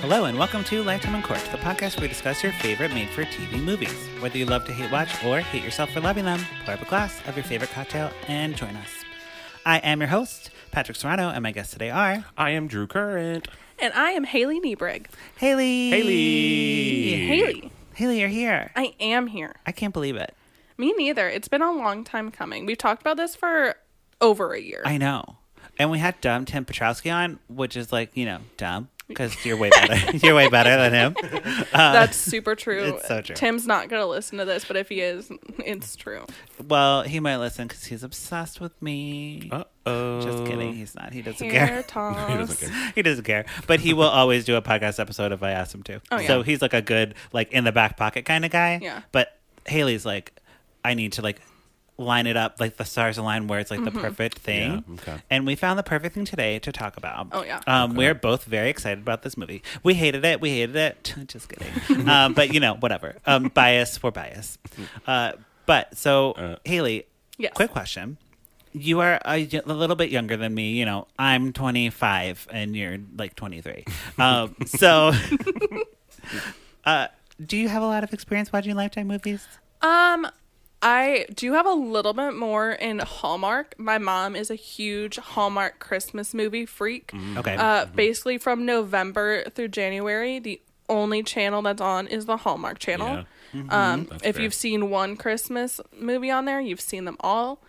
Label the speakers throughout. Speaker 1: Hello, and welcome to Lifetime in Court, the podcast where we discuss your favorite made for TV movies. Whether you love to hate watch or hate yourself for loving them, pour up a glass of your favorite cocktail and join us. I am your host, Patrick Serrano, and my guests today are
Speaker 2: I am Drew Current.
Speaker 3: And I am Haley Niebreg.
Speaker 1: Haley.
Speaker 2: Haley.
Speaker 3: Haley,
Speaker 1: Haley, you're here.
Speaker 3: I am here.
Speaker 1: I can't believe it.
Speaker 3: Me neither. It's been a long time coming. We've talked about this for over a year.
Speaker 1: I know. And we had dumb Tim Petrowski on, which is like, you know, dumb. Because you're way better. you're way better than him.
Speaker 3: That's super true.
Speaker 1: Uh, it's so true.
Speaker 3: Tim's not going to listen to this, but if he is, it's true.
Speaker 1: Well, he might listen because he's obsessed with me.
Speaker 2: Uh oh.
Speaker 1: Just kidding. He's not. He doesn't
Speaker 3: Hair
Speaker 1: care.
Speaker 3: toss.
Speaker 2: He doesn't care.
Speaker 1: he doesn't care but he will always do a podcast episode if i ask him to
Speaker 3: Oh, yeah.
Speaker 1: so he's like a good like in the back pocket kind of guy
Speaker 3: Yeah.
Speaker 1: but haley's like i need to like line it up like the stars align where it's like
Speaker 3: Mm-hmm.
Speaker 1: the perfect thing
Speaker 2: Yeah, okay.
Speaker 1: and we found the perfect thing today to talk about
Speaker 3: Oh, yeah.
Speaker 1: um, we're both very excited about this movie we hated it we hated it just kidding um, but you know whatever um, bias for bias uh, but so
Speaker 2: Mm. Uh.
Speaker 1: haley
Speaker 3: Yes.
Speaker 1: quick question you are a, y- a little bit younger than me. You know, I'm 25 and you're like 23. Um, so, uh, do you have a lot of experience watching Lifetime movies?
Speaker 3: Um, I do have a little bit more in Hallmark. My mom is a huge Hallmark Christmas movie freak.
Speaker 1: Okay.
Speaker 3: Uh, basically from November through January, the only channel that's on is the Hallmark channel. Um,
Speaker 2: Mm-hmm. That's
Speaker 3: if
Speaker 2: fair.
Speaker 3: you've seen one Christmas movie on there, you've seen them all.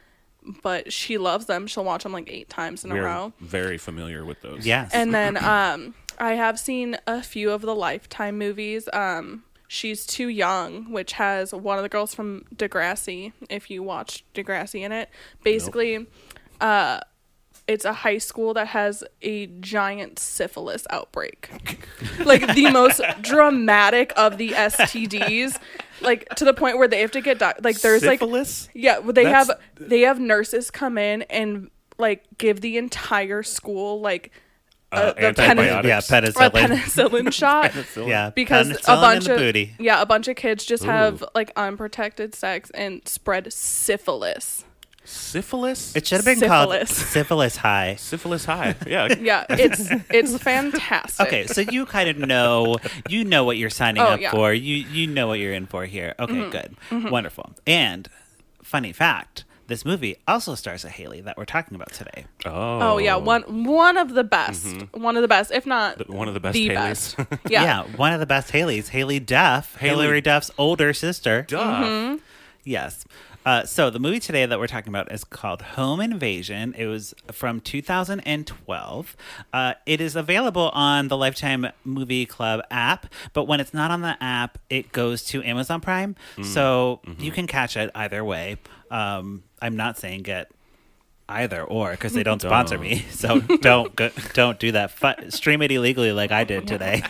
Speaker 3: But she loves them. She'll watch them like eight times in a
Speaker 2: We're
Speaker 3: row.
Speaker 2: very familiar with those.
Speaker 1: yes.
Speaker 3: And then um, I have seen a few of the Lifetime movies. Um, She's Too Young, which has one of the girls from Degrassi, if you watch Degrassi in it. Basically, uh, it's a high school that has a giant syphilis outbreak. like the most dramatic of the STDs. Like to the point where they have to get doc- like there's like
Speaker 1: syphilis.
Speaker 3: yeah, well, they
Speaker 2: That's-
Speaker 3: have they have nurses come in and like give the entire school like
Speaker 2: Uh,
Speaker 3: the
Speaker 2: antibiotics.
Speaker 1: yeah,
Speaker 3: a
Speaker 1: penicillin.
Speaker 3: penicillin shot.
Speaker 1: yeah,
Speaker 3: Because
Speaker 1: penicillin
Speaker 3: a bunch
Speaker 1: in the
Speaker 3: of
Speaker 1: booty.
Speaker 3: yeah, a bunch of kids just have like unprotected sex and spread syphilis.
Speaker 2: Syphilis?
Speaker 1: It should have been called
Speaker 3: Syphilis.
Speaker 1: syphilis high.
Speaker 2: syphilis high. Yeah.
Speaker 3: Yeah, it's it's fantastic.
Speaker 1: Okay, so you kind of know you know what you're signing
Speaker 3: Oh,
Speaker 1: up
Speaker 3: yeah. Mm-hmm.
Speaker 1: for. You you know what you're in for here. Okay, good, wonderful. And funny fact: this movie also stars a Haley that we're talking about today.
Speaker 2: Oh.
Speaker 3: Oh, yeah, one one of the best, one of the best, if not
Speaker 2: The- one of the best
Speaker 3: the
Speaker 2: Haleys.
Speaker 3: best. Yeah.
Speaker 1: one of the best Haleys, Haley Duff,
Speaker 2: Haley-
Speaker 1: Hillary Duff's older sister.
Speaker 2: Duh.
Speaker 3: Mm-hmm.
Speaker 1: Yes. Uh, so the movie today that we're talking about is called Home Invasion. It was from 2012. Uh, it is available on the Lifetime Movie Club app, but when it's not on the app, it goes to Amazon Prime. So you can catch it either way. Um, I'm not saying get either or because they don't sponsor me. So don't go, don't do that. Fu- stream it illegally like I did today.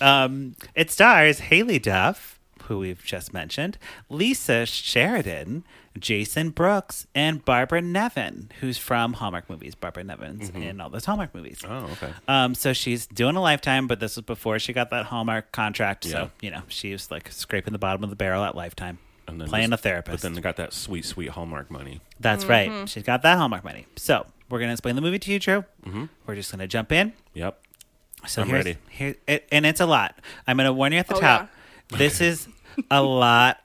Speaker 1: Um, it stars Haley Duff, who we've just mentioned, Lisa Sheridan, Jason Brooks, and Barbara Nevin, who's from Hallmark movies. Barbara Nevin's in all those Hallmark movies.
Speaker 2: Mm-hmm. Oh, okay.
Speaker 1: Um, so she's doing a lifetime, but this was before she got that Hallmark contract.
Speaker 2: Yeah.
Speaker 1: So you know she was like scraping the bottom of the barrel at Lifetime,
Speaker 2: And then
Speaker 1: playing
Speaker 2: just-
Speaker 1: a therapist.
Speaker 2: But then they got that sweet, sweet Hallmark money.
Speaker 1: That's right. She's got that Hallmark money. So we're gonna explain the movie to you, Drew. We're just gonna jump in.
Speaker 2: Yep.
Speaker 1: So
Speaker 2: Mm-hmm. I'm
Speaker 1: here's-
Speaker 2: ready.
Speaker 1: Here, it, and it's a lot. I'm going to warn you at the
Speaker 3: Oh,
Speaker 1: top. This is a lot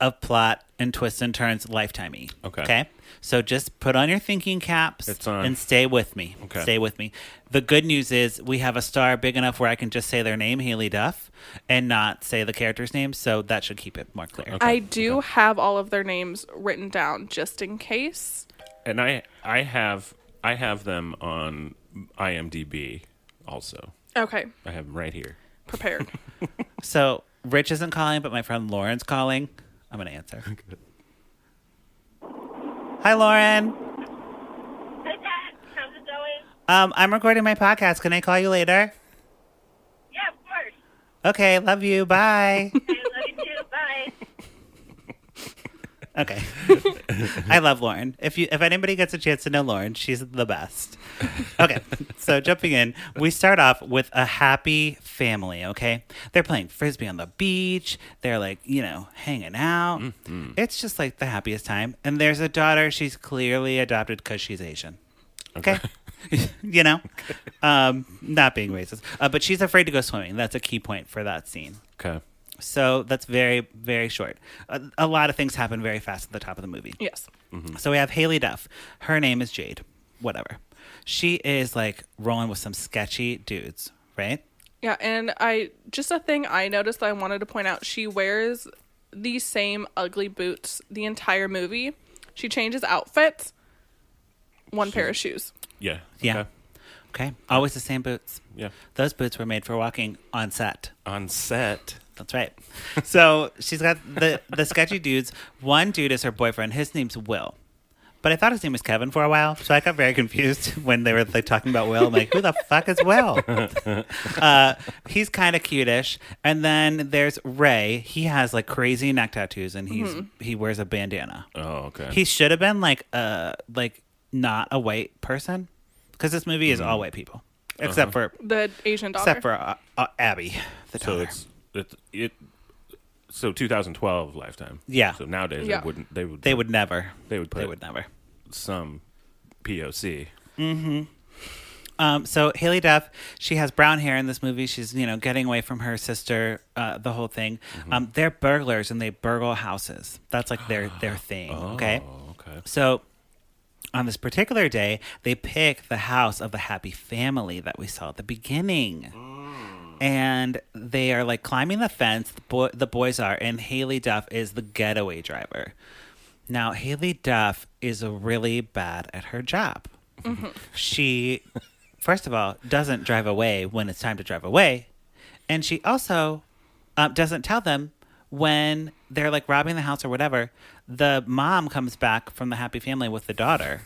Speaker 1: of plot and twists and turns, lifetimey.
Speaker 2: Okay.
Speaker 1: Okay. So just put on your thinking caps
Speaker 2: It's on.
Speaker 1: and stay with me.
Speaker 2: Okay.
Speaker 1: Stay with me. The good news is we have a star big enough where I can just say their name, Haley Duff, and not say the character's name. So that should keep it more clear.
Speaker 3: I do have all of their names written down just in case.
Speaker 2: And I I have I have them on IMDb also.
Speaker 3: Okay,
Speaker 2: I have them right here.
Speaker 3: prepared.
Speaker 1: So Rich isn't calling, but my friend Lauren's calling. I'm going to answer. Hi, Lauren.
Speaker 4: Hi, Pat. How's it going?
Speaker 1: Um, I'm recording my podcast. Can I call you later?
Speaker 4: Yeah, of course.
Speaker 1: Okay, love you. Bye.
Speaker 4: I love you too. Bye.
Speaker 1: okay. I love Lauren. If you if anybody gets a chance to know Lauren, she's the best. Okay. So jumping in, we start off with a happy family, okay? They're playing frisbee on the beach. They're like, you know, hanging out. It's just like the happiest time. And there's a daughter, she's clearly adopted cuz she's Asian. Okay. you know, um, not being racist. Uh, but she's afraid to go swimming. That's a key point for that scene.
Speaker 2: Okay.
Speaker 1: So that's very, very short. A, a lot of things happen very fast at the top of the movie.
Speaker 3: Yes.
Speaker 1: So we have Haley Duff. Her name is Jade, whatever. She is like rolling with some sketchy dudes, right?
Speaker 3: Yeah, and I just a thing I noticed that I wanted to point out, she wears the same ugly boots the entire movie. She changes outfits, one pair of shoes.
Speaker 2: Yeah.
Speaker 1: Yeah.
Speaker 2: Okay.
Speaker 1: Okay. Always the same boots.
Speaker 2: Yeah.
Speaker 1: Those boots were made for walking on set.
Speaker 2: On set.
Speaker 1: That's right. So she's got the the sketchy dudes. One dude is her boyfriend. His name's Will. But I thought his name was Kevin for a while, so I got very confused when they were like, talking about Will. I'm like, who the fuck is Will? uh, he's kind of cutish. And then there's Ray. He has like crazy neck tattoos, and he's
Speaker 2: Mm-hmm.
Speaker 1: he wears a bandana.
Speaker 2: Oh, okay.
Speaker 1: He should have been like uh like not a white person, because this movie
Speaker 2: Mm-hmm.
Speaker 1: is all white people except for
Speaker 3: The Asian daughter.
Speaker 1: except for uh, uh, Abby, the
Speaker 2: Uh-huh. so
Speaker 1: daughter.
Speaker 2: it's it, it so 2012 lifetime.
Speaker 1: Yeah.
Speaker 2: So nowadays
Speaker 3: Yeah.
Speaker 2: they wouldn't they would
Speaker 1: They would never.
Speaker 2: They would put-
Speaker 1: They would never.
Speaker 2: some POC.
Speaker 1: Um, so Haley Duff, she has brown hair in this movie. She's you know getting away from her sister, uh, the whole thing. Um, they're burglars and they burgle houses. That's like their their thing. Okay.
Speaker 2: Oh, okay.
Speaker 1: So on this particular day, they pick the house of the happy family that we saw at the beginning. And they are like climbing the fence, the, boy, the boys are, and Haley Duff is the getaway driver. Now, Haley Duff is really bad at her job. She, first of all, doesn't drive away when it's time to drive away. And she also um, doesn't tell them when they're like robbing the house or whatever. The mom comes back from the happy family with the daughter.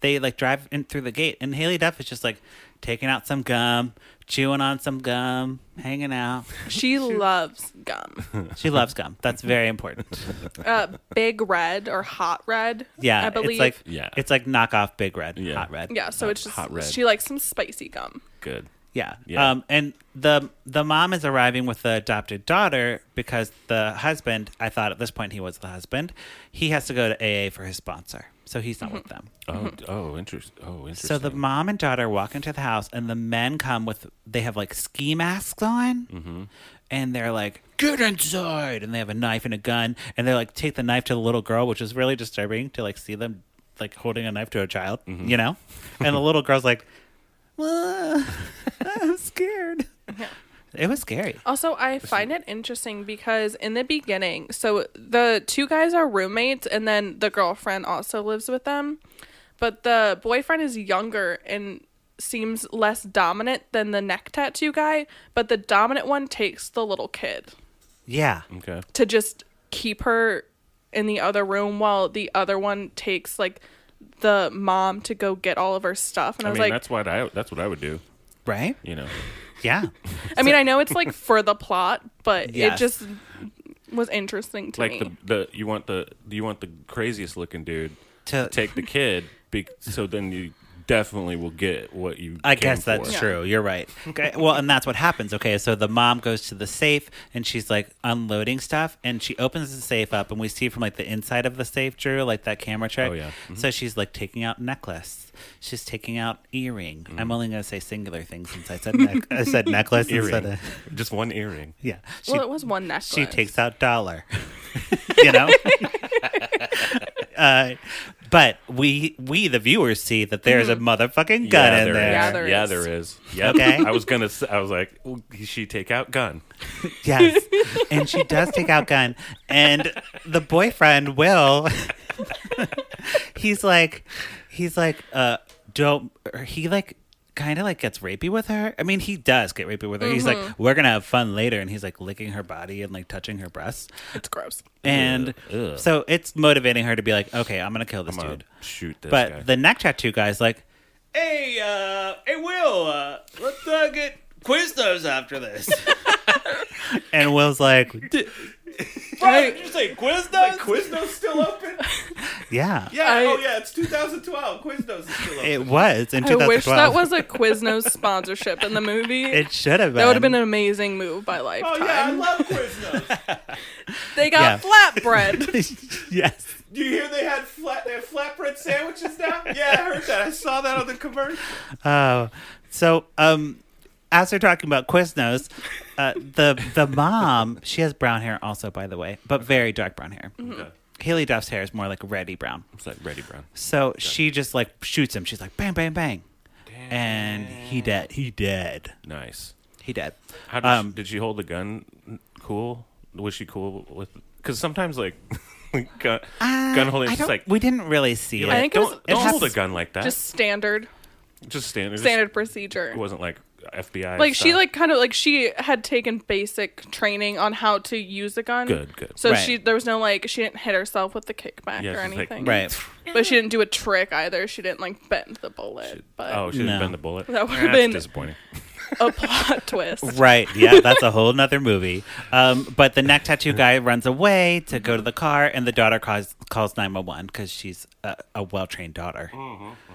Speaker 1: They like drive in through the gate, and Haley Duff is just like taking out some gum, chewing on some gum, hanging out.
Speaker 3: She loves gum.
Speaker 1: She loves gum. That's very important.
Speaker 3: Uh, big red or hot red.
Speaker 1: Yeah,
Speaker 3: I believe.
Speaker 1: it's like
Speaker 2: Yeah.
Speaker 1: it's like knockoff Big Red,
Speaker 2: Yeah.
Speaker 1: hot red.
Speaker 3: yeah, so it's just
Speaker 2: hot red.
Speaker 3: she likes some spicy gum.
Speaker 2: Good.
Speaker 1: Yeah.
Speaker 2: Yeah.
Speaker 1: Um, and the the mom is arriving with the adopted daughter because the husband, I thought at this point he was the husband, he has to go to AA for his sponsor. So he's not with them.
Speaker 2: Oh, d- oh, interesting. Oh, interesting.
Speaker 1: So the mom and daughter walk into the house, and the men come with they have like ski masks on, and they're like, "Get inside!" And they have a knife and a gun, and they like take the knife to the little girl, which is really disturbing to like see them like holding a knife to a child, you know. And the little girl's like, "Ah, "I'm scared." It was scary.
Speaker 3: Also, I find it interesting because in the beginning, so the two guys are roommates, and then the girlfriend also lives with them, but the boyfriend is younger and seems less dominant than the neck tattoo guy, but the dominant one takes the little kid
Speaker 1: Yeah,
Speaker 2: okay.
Speaker 3: to just keep her in the other room while the other one takes like the mom to go get all of her stuff and
Speaker 2: I,
Speaker 3: i,
Speaker 2: mean,
Speaker 3: was like
Speaker 2: that's what I that's what I would do.
Speaker 1: right.
Speaker 2: You know.
Speaker 1: Yeah,
Speaker 3: i mean i know it's like for the plot but
Speaker 1: Yes.
Speaker 3: it just was interesting to me
Speaker 2: like the, the you want the you want the craziest looking dude
Speaker 1: To-
Speaker 2: to take the kid be, so then you definitely will get what you
Speaker 1: I
Speaker 2: came
Speaker 1: guess that's
Speaker 2: for.
Speaker 3: Yeah.
Speaker 1: true. You're right. Okay. Well, and that's what happens. Okay. So the mom goes to the safe and she's like unloading stuff and she opens the safe up and we see from like the inside of the safe, Drew, like that camera trick.
Speaker 2: Oh, yeah.
Speaker 1: So she's like taking out necklace. She's taking out earring.
Speaker 2: Mm.
Speaker 1: I'm only going to say singular things since I said neck. I said necklace instead
Speaker 2: earring
Speaker 1: of.
Speaker 2: just one earring
Speaker 1: Yeah. She,
Speaker 3: well, it was one necklace.
Speaker 1: she takes out dollar. you know? uh, but we, we, the viewers, see that there's a motherfucking gun in there.
Speaker 3: Yeah,
Speaker 2: is.
Speaker 3: there
Speaker 2: Mm-hmm. yeah
Speaker 3: is.
Speaker 2: there is yeah
Speaker 1: Okay.
Speaker 2: I was gonna say, I was like "Ooh, she take out gun
Speaker 1: Yes. and she does take out gun. And the boyfriend, Will, he's like, he's like, uh, don't, or he like, kind of like gets rapey with her. I mean, he does get rapey with her. He's like, we're going to have fun later. And he's like licking her body and like touching her breasts.
Speaker 3: It's gross.
Speaker 1: And
Speaker 2: Ugh.
Speaker 1: so it's motivating her to be like, okay, I'm going to kill this
Speaker 2: I'll
Speaker 1: dude.
Speaker 2: shoot this
Speaker 1: But
Speaker 2: guy.
Speaker 1: the neck tattoo guy's like, hey, uh, hey, Will, uh, let's uh, get Quiznos after this. and Will's like,
Speaker 3: I,
Speaker 2: you say Quiznos? Quiznos still open?
Speaker 1: Yeah.
Speaker 2: Yeah.
Speaker 3: I-
Speaker 2: oh yeah, it's 2012. Quiznos is still open.
Speaker 1: It was in
Speaker 3: I
Speaker 1: 2012.
Speaker 3: wish that was a Quiznos sponsorship in the movie.
Speaker 1: It should have been.
Speaker 3: that would have been an amazing move by
Speaker 2: Oh,
Speaker 3: Lifetime.
Speaker 2: love Quiznos.
Speaker 3: they
Speaker 1: Yeah.
Speaker 3: got flatbread.
Speaker 1: yes.
Speaker 2: Do you hear they had flat they have flatbread sandwiches now? Yeah, I heard that. I saw that on the commercial.
Speaker 1: Oh, so um, as we're talking about Quiznos, uh, the the mom she has brown hair also, by the way, but very dark brown hair.
Speaker 2: Mm-hmm.
Speaker 1: Haley Duff's hair is more like reddy brown.
Speaker 2: It's like Ready Brown.
Speaker 1: So she just like shoots him. She's like bang, bang, bang, and he dead. He dead.
Speaker 2: Nice.
Speaker 1: He dead.
Speaker 2: How did,
Speaker 1: Um,
Speaker 2: she, did she hold the gun? Cool. Was she cool with? Because sometimes like gun, gun holding,
Speaker 1: Uh, I
Speaker 2: it's just
Speaker 1: don't-
Speaker 2: like
Speaker 1: we didn't really see it.
Speaker 2: like,
Speaker 3: think it
Speaker 2: don't
Speaker 3: was-
Speaker 2: don't
Speaker 1: it
Speaker 2: hold a
Speaker 1: has-
Speaker 2: gun like that.
Speaker 3: Just
Speaker 2: Just,
Speaker 3: standard
Speaker 2: standard.
Speaker 3: standard procedure.
Speaker 2: Just, it wasn't like FBI.
Speaker 3: like she
Speaker 2: stuff.
Speaker 3: like kind of like she had taken basic training on how to use a gun.
Speaker 2: Good, good.
Speaker 3: So
Speaker 1: Right.
Speaker 3: she there was no like she didn't hit herself with the kickback
Speaker 2: Yeah,
Speaker 3: or
Speaker 2: she's like,
Speaker 3: anything.
Speaker 1: right.
Speaker 3: But she didn't do a trick either. She didn't like bend the bullet. but
Speaker 2: Oh, she didn't
Speaker 1: No.
Speaker 2: bend the bullet.
Speaker 3: That would've
Speaker 2: That's
Speaker 3: been-
Speaker 2: disappointing.
Speaker 3: a plot twist.
Speaker 1: Right. Yeah, that's a whole nother movie. Um, but the neck tattoo guy runs away to go to the car, and the daughter calls calls nine one one because she's a, a well trained daughter.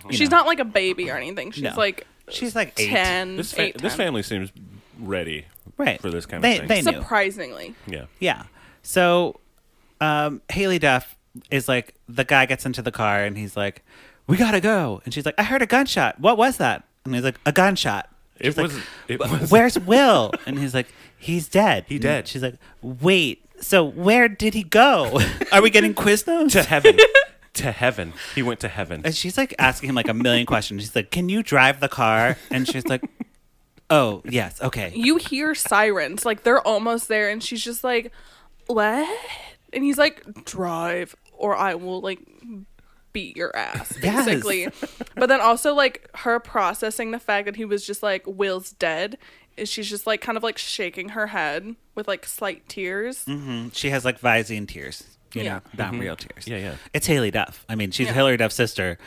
Speaker 3: She's not like a baby or anything. She's
Speaker 1: No.
Speaker 3: like
Speaker 1: She's like eight.
Speaker 3: ten.
Speaker 2: This fa-
Speaker 3: eight,
Speaker 2: this
Speaker 3: 10.
Speaker 2: family seems ready
Speaker 1: Right.
Speaker 2: for this kind
Speaker 1: They-
Speaker 2: of
Speaker 1: they
Speaker 2: thing.
Speaker 1: knew.
Speaker 3: surprisingly.
Speaker 2: yeah.
Speaker 1: Yeah. So um, Haley Duff is like the guy gets into the car and he's like, "We gotta go," and she's like, "I heard a gunshot. What was that?" And he's like, "A gunshot."
Speaker 2: It was, it was
Speaker 1: Where's Will? And he's like, he's dead. He
Speaker 2: dead.
Speaker 1: She's like, wait. So where did he go? Are we getting
Speaker 2: to
Speaker 1: Quiznos?
Speaker 2: heaven. to heaven. He went to heaven.
Speaker 1: And she's like asking him like a million questions. She's like, can you drive the car? And she's like, oh yes, okay.
Speaker 3: You hear sirens, like they're almost there, and she's just like, "What?" And he's like, "Drive, or I will like beat your ass,"
Speaker 1: Yes.
Speaker 3: basically. but then also like her processing the fact that he was just like Will's dead, is she's just like kind of like shaking her head with like slight tears.
Speaker 1: Mm-hmm. She has like Visine tears. You
Speaker 3: Yeah.
Speaker 1: know, not real tears.
Speaker 2: Yeah, yeah.
Speaker 1: It's Haley Duff. I mean, she's
Speaker 3: Yeah.
Speaker 1: Hillary Duff's sister.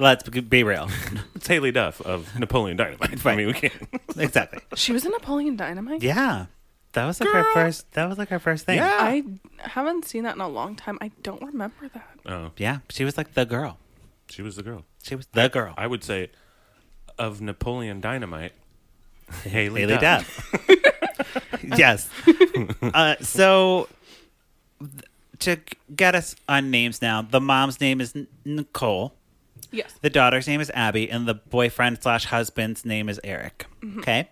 Speaker 1: Let's be- be real.
Speaker 2: It's Haley Duff of Napoleon Dynamite. I
Speaker 1: Right.
Speaker 2: mean, we can't.
Speaker 1: exactly.
Speaker 3: She was in Napoleon Dynamite.
Speaker 1: Yeah. That was like her first that was like her first thing.
Speaker 2: Yeah.
Speaker 3: I haven't seen that in a long time. I don't remember that.
Speaker 2: Oh,
Speaker 1: Yeah. She was like the girl.
Speaker 2: she was the girl.
Speaker 1: She was the girl.
Speaker 2: I would say of Napoleon Dynamite, Haley,
Speaker 1: Haley
Speaker 2: Duff.
Speaker 1: Duff. yes. Uh, so th- to get us on names now, the mom's name is N- Nicole,
Speaker 3: Yes.
Speaker 1: the daughter's name is Abby, and the boyfriend slash husband's name is Eric.
Speaker 3: Mm-hmm.
Speaker 1: Okay.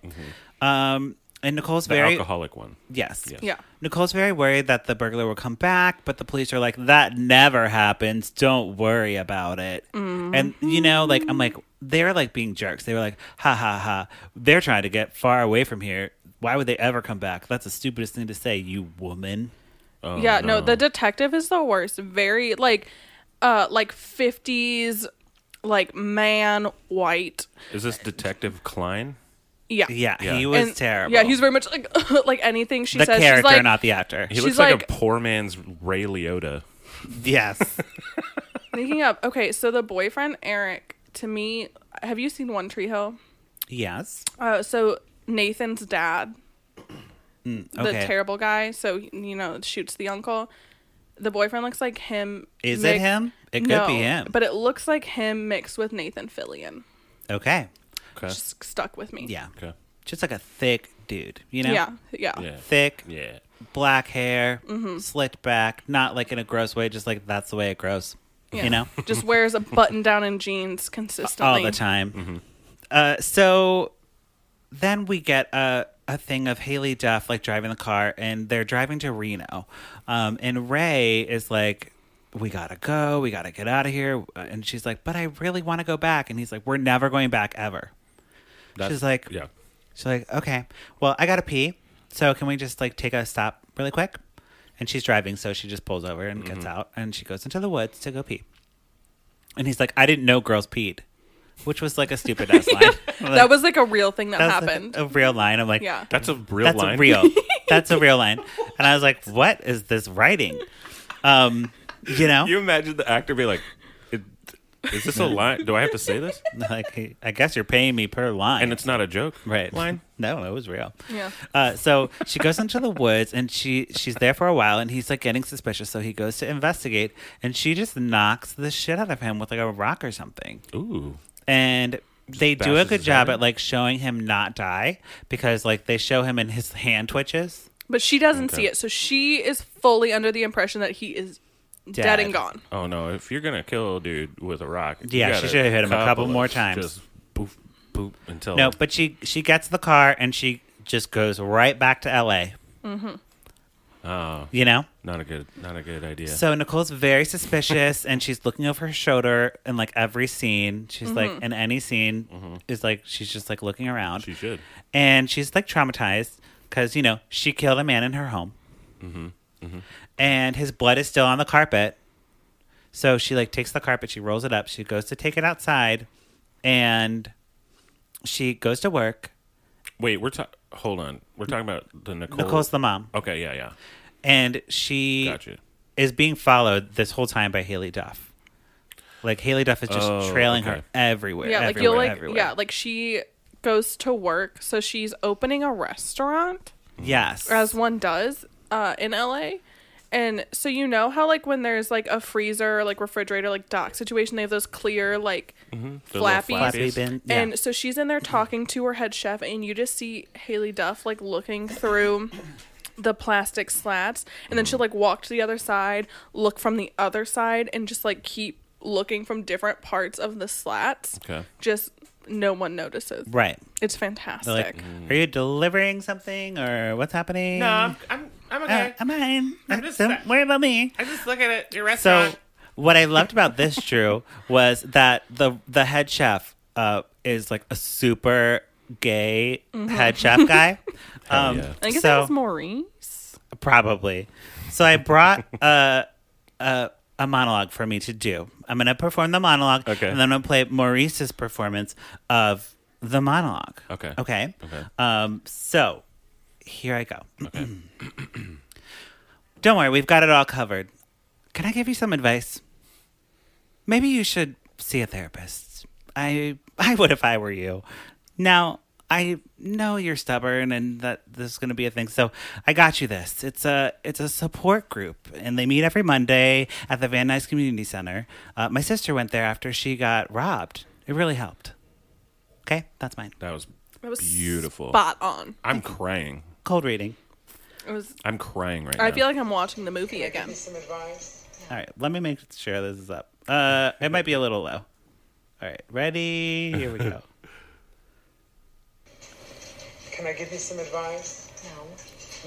Speaker 1: Um, and Nicole's
Speaker 2: Mm-hmm. The
Speaker 1: very
Speaker 2: alcoholic one.
Speaker 1: yes.
Speaker 2: Yes.
Speaker 3: Yeah.
Speaker 1: Nicole's very worried that the burglar will come back, but the police are like, "That never happens. Don't worry about it."
Speaker 3: Mm-hmm.
Speaker 1: And you know, like I'm like, they're like being jerks. They were like, "Ha ha ha!" They're trying to get far away from here. Why would they ever come back? That's the stupidest thing to say, you woman.
Speaker 2: Oh,
Speaker 3: yeah no. the detective is the worst very like uh like 50s like man white
Speaker 2: Is this Detective Klein?
Speaker 3: yeah
Speaker 1: Yeah,
Speaker 2: Yeah.
Speaker 1: he was
Speaker 3: And-
Speaker 1: terrible.
Speaker 3: yeah he's very much like like anything she
Speaker 1: the
Speaker 3: says she's
Speaker 1: character,
Speaker 3: like
Speaker 1: not the actor.
Speaker 2: He
Speaker 3: She's
Speaker 2: looks like,
Speaker 3: like-
Speaker 2: a poor man's Ray Liotta.
Speaker 1: yes,
Speaker 3: thinking up okay so the boyfriend eric to me have you seen one tree hill
Speaker 1: yes.
Speaker 3: uh so nathan's dad the
Speaker 1: Mm, okay.
Speaker 3: terrible guy so you know shoots the uncle the boyfriend looks like him
Speaker 1: Is it
Speaker 3: mix-
Speaker 1: him? It could
Speaker 3: no,
Speaker 1: be him.
Speaker 3: but it looks like him mixed with nathan fillion
Speaker 1: okay,
Speaker 2: Okay.
Speaker 3: just stuck with me
Speaker 1: yeah,
Speaker 2: okay.
Speaker 1: just like a thick dude, you know,
Speaker 3: Yeah, yeah.
Speaker 2: Yeah.
Speaker 1: thick,
Speaker 2: Yeah.
Speaker 1: black hair,
Speaker 3: Mm-hmm.
Speaker 1: slicked back, not like in a gross way, just like that's the way it grows.
Speaker 3: Yeah.
Speaker 1: You know,
Speaker 3: Just wears a button down and jeans consistently.
Speaker 1: all the time. Uh, so then we get a a thing of Haley Duff like driving the car, and they're driving to Reno, um, and Ray is like. We gotta go. We gotta get out of here. And she's like, "But I really want to go back." And he's like, "We're never going back ever."
Speaker 2: That's,
Speaker 1: She's like-
Speaker 2: yeah.
Speaker 1: She's like, okay, well, I gotta pee, so can we just like take a stop really quick? And she's driving, so she just pulls over and
Speaker 3: Mm-hmm.
Speaker 1: gets out, and she goes into the woods to go pee. And he's like, I didn't know girls peed, which was like a stupid ass line.
Speaker 3: That was like a real thing that,
Speaker 1: That was, like,
Speaker 3: happened.
Speaker 1: a real line. I'm like,
Speaker 3: yeah.
Speaker 2: That's a real
Speaker 1: that's
Speaker 2: line.
Speaker 1: a real. That's a real line. And I was like, what is this writing? Um, you know,
Speaker 2: You imagine the actor be like, "It- "Is this a line? Do I have to say this?"
Speaker 1: like I guess you're paying me per line.
Speaker 2: And it's not a joke,
Speaker 1: Right.
Speaker 2: Line.
Speaker 1: No, it was real.
Speaker 3: Yeah.
Speaker 1: Uh, so she goes into the woods and she she's there for a while and he's like getting suspicious. So he goes to investigate and she just knocks the shit out of him with like a rock or something.
Speaker 2: Ooh.
Speaker 1: And they do a
Speaker 2: bashes
Speaker 1: good
Speaker 2: his
Speaker 1: job
Speaker 2: head in?
Speaker 1: at like showing him not die because like they show him and his hand twitches.
Speaker 3: But she doesn't see
Speaker 2: Okay.
Speaker 3: it, so she is fully under the impression that he is dead, and gone.
Speaker 2: Oh no! If you're gonna kill a dude with a rocket, you
Speaker 1: Yeah, she
Speaker 2: gotta
Speaker 1: should've hit him a couple
Speaker 2: of
Speaker 1: more times.
Speaker 2: Just boop, boop until
Speaker 1: No, but she she gets the car and she just goes right back to L.A.
Speaker 2: oh,
Speaker 1: You know.
Speaker 2: not a good, not a good idea.
Speaker 1: So Nicole's very suspicious and she's looking over her shoulder in like every scene. She's like in any scene
Speaker 2: Mm-hmm.
Speaker 1: is like she's just like looking around.
Speaker 2: she should.
Speaker 1: and she's like traumatized because you know she killed a man in her home,
Speaker 2: Mm-hmm.
Speaker 1: and his blood is still on the carpet. So she like takes the carpet, she rolls it up, she goes to take it outside, and she goes to work.
Speaker 2: Wait, we're talking. Hold on, we're talking about the Nicole.
Speaker 1: Nicole's the mom,
Speaker 2: okay, yeah, yeah,
Speaker 1: and she
Speaker 2: Oh. gotcha.
Speaker 1: is being followed this whole time by Haley Duff. Like Haley Duff is just
Speaker 2: Oh,
Speaker 1: trailing
Speaker 2: okay.
Speaker 1: her everywhere.
Speaker 3: Yeah, like
Speaker 1: everywhere,
Speaker 3: you'll like
Speaker 1: everywhere.
Speaker 3: yeah, like she goes to work, so she's opening a restaurant
Speaker 1: yes,
Speaker 3: as one does uh, in LA. And so you know how like when there's like a freezer, like refrigerator, like dock situation, they have those clear like
Speaker 2: The Mm-hmm. little
Speaker 3: flappies.
Speaker 1: Flappy bin. Yeah.
Speaker 3: And so she's in there talking to her head chef, and you just see Haley Duff like looking through the plastic slats, and then she'll like walk to the other side, look from the other side, and just like keep looking from different parts of the slats.
Speaker 2: Okay.
Speaker 3: Just no one notices.
Speaker 1: right.
Speaker 3: It's
Speaker 1: They're
Speaker 3: fantastic.
Speaker 1: like, are you delivering something or what's happening?
Speaker 2: I'm, Mm. I'm
Speaker 1: Uh, I'm fine.
Speaker 2: I'm just
Speaker 1: Don't
Speaker 2: fat.
Speaker 1: worry about me.
Speaker 2: I just look at your
Speaker 1: So, what I loved about this, Drew, was that the the head chef uh, is like a super gay head chef guy. Um,
Speaker 2: Mm-hmm. yeah.
Speaker 3: I guess
Speaker 1: so,
Speaker 3: that was Maurice.
Speaker 1: Probably. So I brought a, a a monologue for me to do. I'm gonna perform the monologue,
Speaker 2: Okay.
Speaker 1: and then I'm gonna play Maurice's performance of the monologue.
Speaker 2: Okay.
Speaker 1: Okay.
Speaker 2: Okay.
Speaker 1: Um. So here I go. Don't worry, we've got it all covered. Can I give you some advice? Maybe you should see a therapist. I I would if I were you. Now, I know you're stubborn and that this is going to be a thing. So, I got you this. It's a it's a support group and they meet every Monday at the Van Nuys Community Center. Uh, my sister went there after she got robbed. It really helped. Okay? That's mine.
Speaker 2: that was
Speaker 3: That was
Speaker 2: beautiful.
Speaker 3: Spot on.
Speaker 2: I'm crying.
Speaker 1: Cold reading.
Speaker 3: It was.
Speaker 2: I'm crying right
Speaker 3: I
Speaker 2: now.
Speaker 3: feel like I'm watching the movie again.
Speaker 5: Some advice.
Speaker 1: All right, let me make sure this is up. Uh, it might be a little low. All right, ready? Here we go.
Speaker 5: Can I give you some advice?
Speaker 6: No,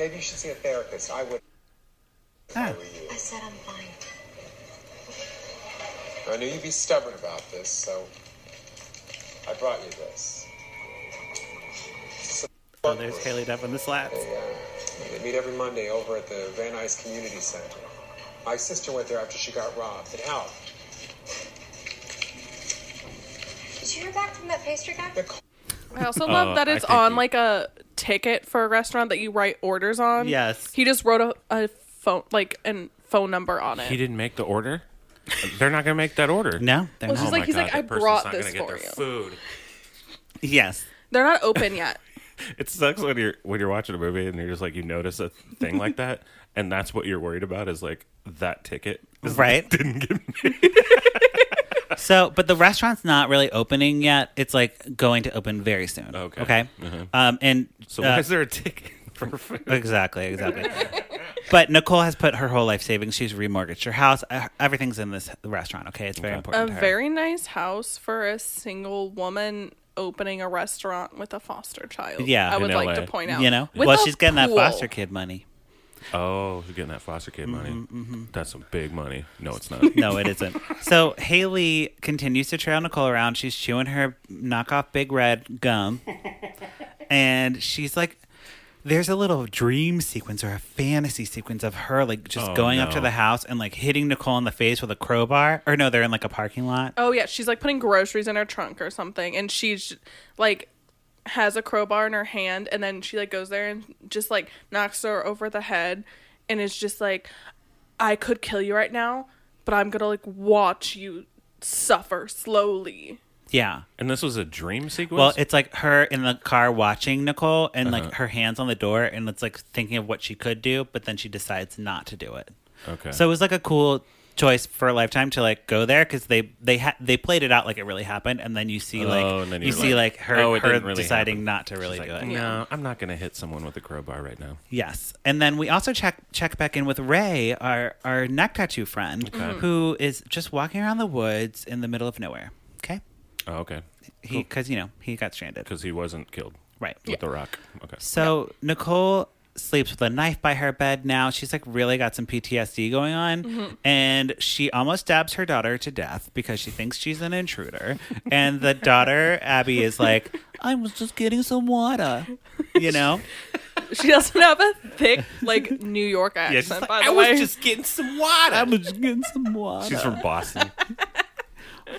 Speaker 5: Maybe you should see a therapist. I would.
Speaker 1: Ah,
Speaker 6: I said I'm fine.
Speaker 5: I knew you'd be stubborn about this, so I brought you this.
Speaker 1: oh, there's Haley Duff in the slats.
Speaker 5: They meet every Monday over at the Van Nuys Community Center. My sister went there after she got robbed. It helped.
Speaker 6: Did you hear back from that pastry guy?
Speaker 5: The c-
Speaker 3: I also
Speaker 1: Uh,
Speaker 3: love that
Speaker 2: I
Speaker 3: it's
Speaker 2: think
Speaker 3: on
Speaker 2: you-
Speaker 3: like a ticket for a restaurant that you write orders on.
Speaker 1: Yes.
Speaker 3: He just wrote a, a phone like an phone number on it.
Speaker 2: he didn't make the order. They're not gonna make that order.
Speaker 1: No, they're
Speaker 3: Well,
Speaker 1: not.
Speaker 3: she's like- he's like,
Speaker 2: that
Speaker 3: "I
Speaker 2: person's
Speaker 3: brought
Speaker 2: not
Speaker 3: this
Speaker 2: gonna get
Speaker 3: for
Speaker 2: their
Speaker 3: you."
Speaker 2: Food.
Speaker 1: yes.
Speaker 3: They're not open yet.
Speaker 2: It sucks when you're when you're watching a movie and you're just like you notice a thing like that, and that's what you're worried about is like that ticket is-
Speaker 1: Right.
Speaker 2: didn't get made.
Speaker 1: So, but the restaurant's not really opening yet. It's like going to open very soon.
Speaker 2: Okay.
Speaker 1: Okay. Um, and
Speaker 2: So
Speaker 1: uh,
Speaker 2: why is there a ticket for food?
Speaker 1: Exactly, exactly. but Nicole has put her whole life savings. She's remortgaged her house. Uh, Everything's in this restaurant. Okay, it's very
Speaker 2: Okay.
Speaker 3: A
Speaker 1: important. to her.
Speaker 3: very nice house for a single woman opening a restaurant with a foster child.
Speaker 1: Yeah,
Speaker 3: I would
Speaker 2: in LA.
Speaker 3: like to point out.
Speaker 1: you know.
Speaker 3: With
Speaker 1: well,
Speaker 3: a
Speaker 1: she's getting that
Speaker 3: pool.
Speaker 1: foster kid money.
Speaker 2: Oh, you're getting that foster kid money. That's some big money. No, it's not.
Speaker 1: No, it isn't. So Haley continues to trail Nicole around. She's chewing her knockoff Big Red gum, and she's like, "There's a little dream sequence or a fantasy sequence of her like just
Speaker 2: Oh,
Speaker 1: going up
Speaker 2: no.
Speaker 1: to the house and like hitting Nicole in the face with a crowbar. Or no, they're in like a parking lot.
Speaker 3: Oh yeah, she's like putting groceries in her trunk or something, and she's like has a crowbar in her hand, and then she like goes there and just like knocks her over the head, and is just like, "I could kill you right now, but I'm gonna like watch you suffer slowly."
Speaker 1: Yeah.
Speaker 2: And this was a dream sequence.
Speaker 1: Well, it's like her in the car watching Nicole and
Speaker 2: Uh-huh.
Speaker 1: like her hands on the door and it's like thinking of what she could do, but then she decides not to do it.
Speaker 2: okay.
Speaker 1: So it was like a cool choice for a lifetime to like go there because they they ha- they played it out like it really happened, and then you see like
Speaker 2: Oh, and then
Speaker 1: you
Speaker 2: you're
Speaker 1: see
Speaker 2: like,
Speaker 1: like her
Speaker 2: oh, it
Speaker 1: her
Speaker 2: didn't really
Speaker 1: deciding
Speaker 2: happen.
Speaker 1: not to really do it.
Speaker 2: No, I'm not gonna hit someone with a crowbar right now.
Speaker 1: Yes, and then we also check check back in with Ray, our our neck tattoo friend, who is just walking around the woods in the middle of nowhere. Okay,
Speaker 2: Oh, okay.
Speaker 1: he because you know he got stranded.
Speaker 2: Because he wasn't killed
Speaker 1: Right.
Speaker 2: with the rock. Okay.
Speaker 1: So Nicole sleeps with a knife by her bed now. She's like really got some PTSD going on. And she almost stabs her daughter to death because she thinks she's an intruder. and the daughter, Abby, is like, I was just getting some water. You know?
Speaker 3: She doesn't have a thick, like New York accent.
Speaker 1: she's like,
Speaker 3: by the way,
Speaker 2: getting some water.
Speaker 1: I was just getting some water.
Speaker 2: She's from Boston.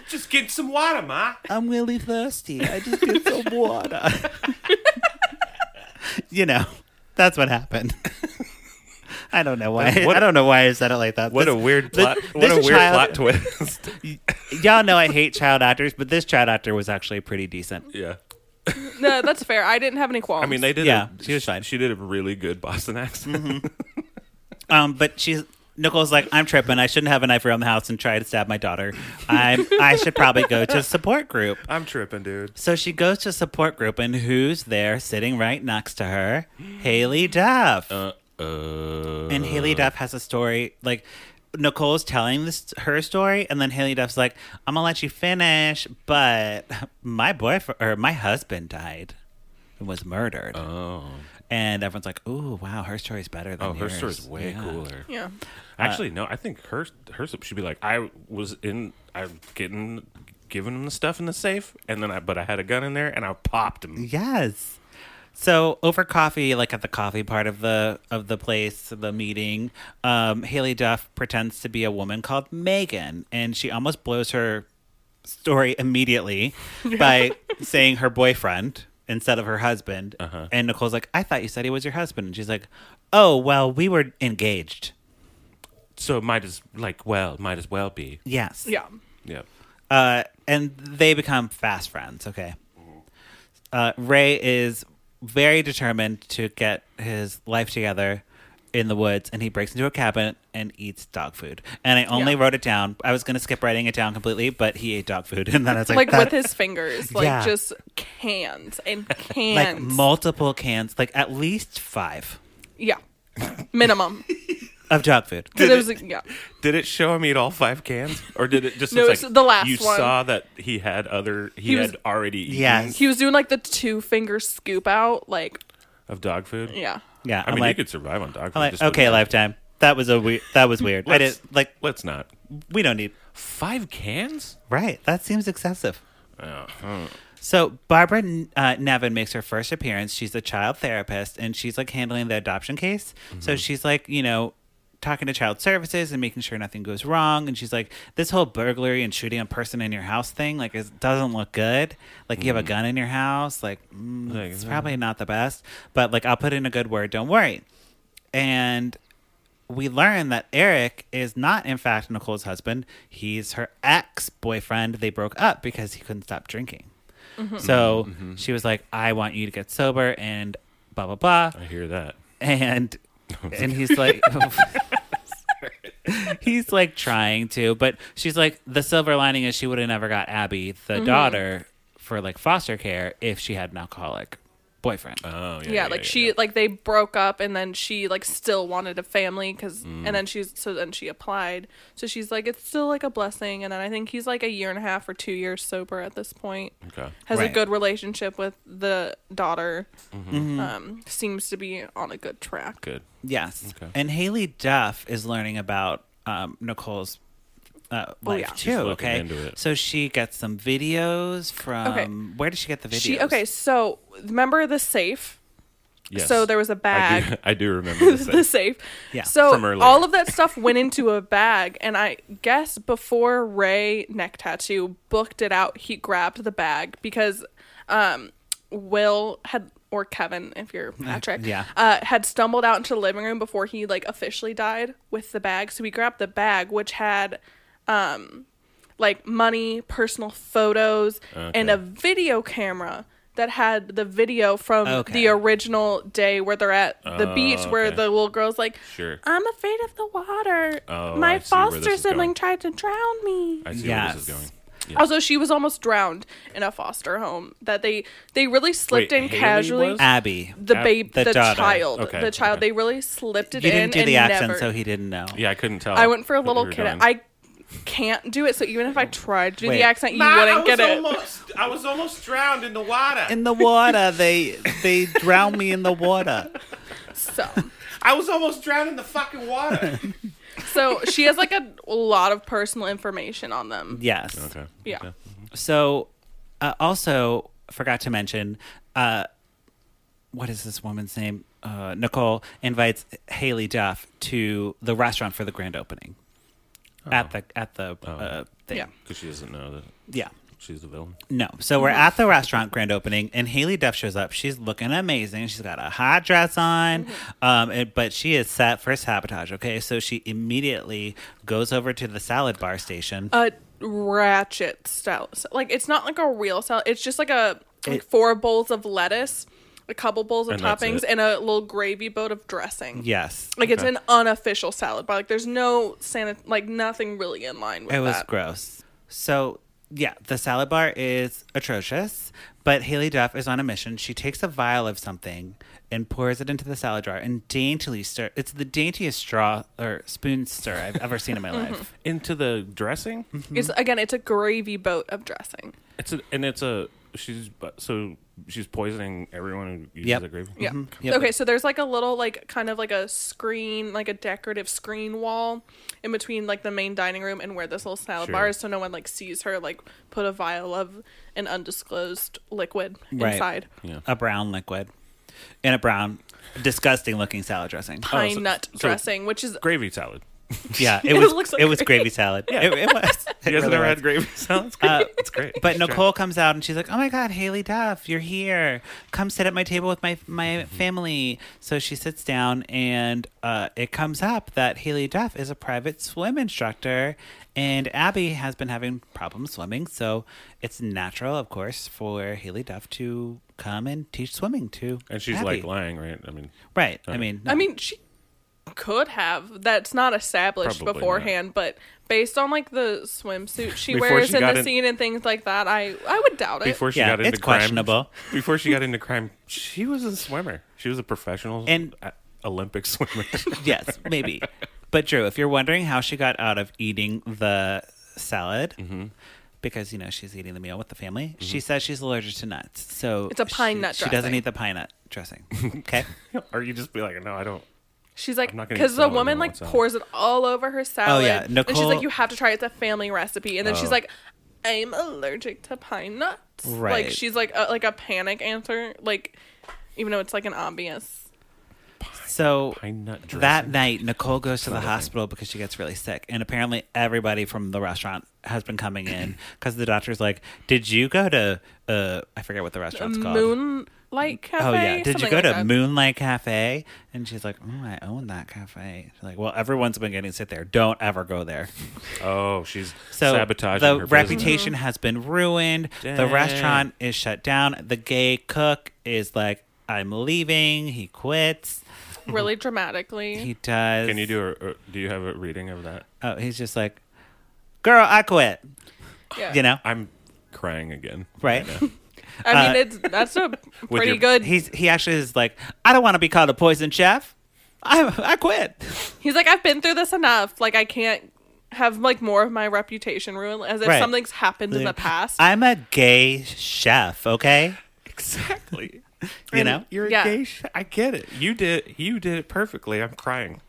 Speaker 2: just getting some water, ma.
Speaker 1: I'm really thirsty. I just get some water. you know, that's what happened. I don't know why.
Speaker 2: What-
Speaker 1: I don't know why I said it like that.
Speaker 2: What
Speaker 1: This-
Speaker 2: a weird
Speaker 1: thi-
Speaker 2: plot. what
Speaker 1: this
Speaker 2: a weird
Speaker 1: child-
Speaker 2: plot twist.
Speaker 1: Y'all know I hate child actors, but this child actor was actually pretty decent.
Speaker 2: yeah.
Speaker 3: no, that's fair. I didn't have any qualms.
Speaker 2: I mean, they did.
Speaker 1: Yeah,
Speaker 2: a,
Speaker 1: she was fine.
Speaker 2: She did a really good Boston accent.
Speaker 1: Um, but she's Nicole's like, I'm tripping. I shouldn't have a knife around the house and try to stab my daughter. I'm. I should probably go to support group.
Speaker 2: I'm tripping, dude.
Speaker 1: So she goes to support group, and who's there sitting right next to her? Haley Duff.
Speaker 2: Uh, uh,
Speaker 1: and Haley Duff has a story like. Nicole's telling this her story, and then Haley Duff's like, "I'm gonna let you finish, but my boyfriend or my husband died and was murdered."
Speaker 2: oh,
Speaker 1: And everyone's like, "Ooh, wow, her story's better than
Speaker 2: oh, her
Speaker 1: yours."
Speaker 2: story's way
Speaker 1: Yeah.
Speaker 2: cooler.
Speaker 3: yeah. Uh,
Speaker 2: Actually, no. I think her her should be like, I was in, I was getting giving him the stuff in the safe, and then I, but I had a gun in there, and I popped him.
Speaker 1: Yes. So over coffee, like at the coffee part of the of the place, the meeting, um, Haley Duff pretends to be a woman called Megan, and she almost blows her story immediately by saying her boyfriend instead of her husband. And Nicole's like, "I thought you said he was your husband," and she's like, "Oh well, we were engaged."
Speaker 2: So it might as like well, might as well be.
Speaker 1: Yes.
Speaker 3: Yeah.
Speaker 2: Yeah.
Speaker 1: uh, and they become fast friends. Okay.
Speaker 2: Mm-hmm.
Speaker 1: Uh, Ray is very determined to get his life together in the woods, and he breaks into a cabin and eats dog food. And I only
Speaker 3: Yeah.
Speaker 1: wrote it down. I was going to skip writing it down completely, but he ate dog food, and then I was like,
Speaker 3: Like
Speaker 1: that-
Speaker 3: with his fingers, like
Speaker 1: Yeah.
Speaker 3: just cans and
Speaker 1: like
Speaker 3: cans.
Speaker 1: multiple cans, like at least five
Speaker 3: yeah. Minimum.
Speaker 1: of dog food.
Speaker 3: 'Cause it was like, yeah.
Speaker 2: Did it show him eat all five cans, or did it just
Speaker 3: No,
Speaker 2: it's
Speaker 3: it's
Speaker 2: like
Speaker 3: the last
Speaker 2: You
Speaker 3: one.
Speaker 2: saw that he had other. He,
Speaker 3: He was-
Speaker 2: had already eaten
Speaker 1: Yes.
Speaker 3: He was doing like the two finger scoop out, like
Speaker 2: of dog food.
Speaker 3: yeah.
Speaker 1: Yeah,
Speaker 2: I
Speaker 1: I'm
Speaker 2: mean,
Speaker 1: like,
Speaker 2: you could survive on dog food.
Speaker 1: I'm like,
Speaker 2: just
Speaker 1: okay,
Speaker 2: wouldn't-
Speaker 1: lifetime. That was a we- that was weird. I
Speaker 2: Let's-
Speaker 1: did like
Speaker 2: Let's not.
Speaker 1: we don't need
Speaker 2: Five cans?
Speaker 1: right. That seems excessive.
Speaker 2: Oh,
Speaker 1: So Barbara uh, Nevin makes her first appearance. She's a child therapist, and she's like handling the adoption case. So she's like, you know, talking to child services and making sure nothing goes wrong. And she's like, this whole burglary and shooting a person in your house thing, like, it doesn't look good. Like, you have a gun in your house, like, mm,
Speaker 2: Like,
Speaker 1: it's
Speaker 2: uh,
Speaker 1: probably not the best. But like, I'll put in a good word. Don't worry. And we learn that Eric is not, in fact, Nicole's husband. He's her ex boyfriend. They broke up because he couldn't stop drinking. So she was like, I want you to get sober and blah, blah, blah.
Speaker 2: I hear that.
Speaker 1: And and he's like, he's like trying to, but she's like, the silver lining is she would have never got Abby, the daughter, for like foster care if she had an alcoholic boyfriend.
Speaker 2: Oh, yeah.
Speaker 3: Yeah, like she like they broke up and then she like still wanted a family cuz and then she's so then she applied. So she's like it's still like a blessing and then I think he's like a year and a half or 2 years sober at this point.
Speaker 2: Okay.
Speaker 3: Has
Speaker 1: Right.
Speaker 3: a good relationship with the daughter. Um seems to be on a good track.
Speaker 2: Good.
Speaker 1: Yes.
Speaker 2: Okay.
Speaker 1: And Haley Duff is learning about um, Nicole's uh, life
Speaker 3: yeah.
Speaker 1: too.
Speaker 3: She's
Speaker 2: looking
Speaker 1: okay.
Speaker 2: into it.
Speaker 1: So she gets some videos from. Where did she get the videos?
Speaker 3: She okay, so remember the safe?
Speaker 2: Yes.
Speaker 3: So there was a
Speaker 2: I
Speaker 3: bag.
Speaker 2: do, I do remember this.
Speaker 3: the safe.
Speaker 1: Yeah,
Speaker 3: So
Speaker 2: from earlier.
Speaker 3: all of that stuff went into a bag, and I guess before Ray Neck Tattoo booked it out, he grabbed the bag because um, Will had or Kevin, if you're Patrick,
Speaker 1: yeah.
Speaker 3: uh, had stumbled out into the living room before he like officially died with the bag. So he grabbed the bag, which had um, like money, personal photos, and a video camera that had the video from
Speaker 1: Okay.
Speaker 3: the original day where they're at the
Speaker 2: Oh,
Speaker 3: beach where
Speaker 2: okay.
Speaker 3: the little girl's like,
Speaker 2: Sure.
Speaker 3: I'm afraid of the water.
Speaker 2: Oh,
Speaker 3: My
Speaker 2: I see where
Speaker 3: foster
Speaker 2: this is
Speaker 3: sibling
Speaker 2: going."
Speaker 3: tried to drown me.
Speaker 2: I see where this is
Speaker 1: Yes.
Speaker 2: going.
Speaker 3: Also, she was almost drowned in a foster home that they they really slipped
Speaker 2: Wait,
Speaker 3: in
Speaker 2: Haley
Speaker 3: casually.
Speaker 2: was?
Speaker 1: Abby.
Speaker 3: The
Speaker 2: Ab-
Speaker 3: baby, the,
Speaker 1: the daughter.
Speaker 3: child,
Speaker 2: Okay,
Speaker 3: the child.
Speaker 2: okay.
Speaker 3: They really slipped it
Speaker 1: You
Speaker 3: in
Speaker 1: didn't do
Speaker 3: and
Speaker 1: the accent,
Speaker 3: never.
Speaker 1: so he didn't know.
Speaker 2: Yeah, I couldn't tell.
Speaker 3: I went for a
Speaker 2: what
Speaker 3: little
Speaker 2: we were
Speaker 3: kid.
Speaker 2: doing.
Speaker 3: I can't do it. So even if I tried to do
Speaker 1: Wait.
Speaker 3: the accent, you
Speaker 2: Nah,
Speaker 3: wouldn't get it.
Speaker 2: Almost, I was almost drowned in the water.
Speaker 1: In the water, they they drown me in the water.
Speaker 3: So,
Speaker 2: I was almost drowned in the fucking water.
Speaker 3: so she has like a lot of personal information on them.
Speaker 1: Yes.
Speaker 2: okay.
Speaker 3: Yeah.
Speaker 2: Okay.
Speaker 1: So, uh, also forgot to mention, uh, what is this woman's name? Uh, Nicole invites Haley Duff to the restaurant for the grand opening at the at the uh, thing.
Speaker 3: Yeah.
Speaker 2: Because she doesn't know that
Speaker 1: Yeah.
Speaker 2: she's the villain.
Speaker 1: No. So we're at the restaurant grand opening, and Haley Duff shows up. She's looking amazing. She's got a hot dress on,
Speaker 3: Mm-hmm.
Speaker 1: um, and- but she is set for sabotage. Okay, so she immediately goes over to the salad bar station.
Speaker 3: A ratchet style. So, like it's not like a real salad. It's just like a like
Speaker 1: It-
Speaker 3: four bowls of lettuce, a couple bowls of
Speaker 2: And that's
Speaker 3: toppings,
Speaker 2: it.
Speaker 3: and a little gravy boat of dressing.
Speaker 1: yes,
Speaker 3: Like it's an unofficial salad, but like there's no sanit- like nothing really in line with
Speaker 1: It was
Speaker 3: that.
Speaker 1: gross. So yeah, the salad bar is atrocious, but Haley Duff is on a mission. She takes a vial of something and pours it into the salad jar and daintily stir. It's the daintiest straw or spoon stir I've ever seen in my life.
Speaker 2: Into the dressing.
Speaker 1: Mm-hmm. mm.
Speaker 3: It's again, it's a gravy boat of dressing.
Speaker 2: It's a, and it's a she's bu- so she's poisoning everyone who uses
Speaker 1: Yep.
Speaker 2: the gravy. Mm-hmm.
Speaker 3: Yeah.
Speaker 1: Yep.
Speaker 3: Okay, so there's like a little like kind of like a screen, like a decorative screen wall in between like the main dining room and where this little salad
Speaker 2: Sure.
Speaker 3: bar is so no one like sees her like put a vial of an undisclosed liquid
Speaker 1: Right.
Speaker 3: inside.
Speaker 2: Yeah.
Speaker 1: A brown liquid and a brown, disgusting looking salad dressing.
Speaker 3: Pine
Speaker 2: so-
Speaker 3: nut
Speaker 2: so-
Speaker 3: dressing, which is
Speaker 2: Gravy salad.
Speaker 1: Yeah, it
Speaker 3: It
Speaker 1: was. It,
Speaker 3: looks like
Speaker 1: was
Speaker 3: gravy.
Speaker 1: gravy salad. It, it was. It
Speaker 2: You guys
Speaker 1: really
Speaker 2: never
Speaker 1: was.
Speaker 2: had gravy salad?
Speaker 1: Uh,
Speaker 2: It's great.
Speaker 1: But
Speaker 2: It's
Speaker 1: Nicole comes out and she's like, "Oh my God, Haley Duff, you're here! Come sit at my table with my my
Speaker 2: Mm-hmm.
Speaker 1: family." So she sits down, and uh, it comes up that Haley Duff is a private swim instructor, and Abby has been having problems swimming. So it's natural, of course, for Haley Duff to come and teach swimming to.
Speaker 2: And she's
Speaker 1: Abby.
Speaker 2: like lying, right? I mean,
Speaker 1: "Right? I mean,
Speaker 3: I mean, she could have. That's not established
Speaker 2: Probably not.
Speaker 3: beforehand, but based on like the swimsuit she
Speaker 2: Before
Speaker 3: wears
Speaker 2: she
Speaker 3: in
Speaker 2: got
Speaker 3: the
Speaker 2: in-
Speaker 3: scene and things like that, I I would doubt it.
Speaker 2: before she
Speaker 1: Yeah,
Speaker 2: got into
Speaker 1: it's
Speaker 2: crime,
Speaker 1: questionable.
Speaker 2: Before she got into crime, she was a swimmer. She was a professional
Speaker 1: And-
Speaker 2: a- Olympic swimmer.
Speaker 1: yes, maybe." But Drew, if you're wondering how she got out of eating the salad,
Speaker 2: Mm-hmm.
Speaker 1: because you know she's eating the meal with the family. She says she's allergic to nuts, so
Speaker 3: It's a pine
Speaker 1: she,
Speaker 3: nut
Speaker 1: She doesn't
Speaker 3: dressing.
Speaker 1: eat the pine nut dressing. Okay,
Speaker 2: or you just be like, no, I don't.
Speaker 3: She's like,
Speaker 2: I'm not gonna eat
Speaker 3: because the
Speaker 2: salad,
Speaker 3: woman
Speaker 2: I
Speaker 3: like
Speaker 2: want salad.
Speaker 3: pours it all over her salad.
Speaker 1: Oh, yeah,
Speaker 3: And she's
Speaker 1: Nicole- Oh.
Speaker 3: like, you have to try it. It's a family recipe. And then she's like, I'm allergic to pine nuts. Like
Speaker 1: Right.
Speaker 3: she's like a, like a panic answer. Like even though it's like an obvious.
Speaker 1: so
Speaker 2: Pine nut dressing.
Speaker 1: that night Nicole goes to the hospital because she gets really sick, and apparently everybody from the restaurant has been coming in because the doctor's like, "Did you go to uh I forget what the restaurant's called."
Speaker 3: Moonlight cafe.
Speaker 1: Um, Oh yeah! Did you
Speaker 3: Something
Speaker 1: go
Speaker 3: like
Speaker 1: to
Speaker 3: that.
Speaker 1: Moonlight Cafe? And she's like, "Oh, I own that cafe." She's like, "Well, everyone's been getting sick there. Don't ever go there."
Speaker 2: Oh, she's
Speaker 1: So
Speaker 2: sabotaging
Speaker 1: the
Speaker 2: her business. Mm-hmm.
Speaker 1: reputation has been ruined. The
Speaker 2: Dang.
Speaker 1: restaurant is shut down. The gay cook is like, "I'm leaving." He quits.
Speaker 3: Really dramatically.
Speaker 1: He does.
Speaker 2: Can you do a, a- do you have a reading of that?
Speaker 1: Oh, he's just like, "Girl, I quit."
Speaker 3: yeah.
Speaker 1: You know,
Speaker 2: I'm crying again.
Speaker 1: right?
Speaker 3: I
Speaker 1: uh,
Speaker 3: mean, it's that's a pretty
Speaker 2: your-
Speaker 3: good.
Speaker 1: He's he actually is like, "I don't want to be called a poison chef. I I quit."
Speaker 3: he's like, I've been through this enough. Like I can't have like more of my reputation ruined as if
Speaker 1: Right.
Speaker 3: something's happened in the past.
Speaker 1: I'm a gay chef. Okay.
Speaker 2: Exactly.
Speaker 1: You know?
Speaker 2: you're
Speaker 3: Yeah.
Speaker 2: sh- I get it. You did you did it perfectly. I'm crying.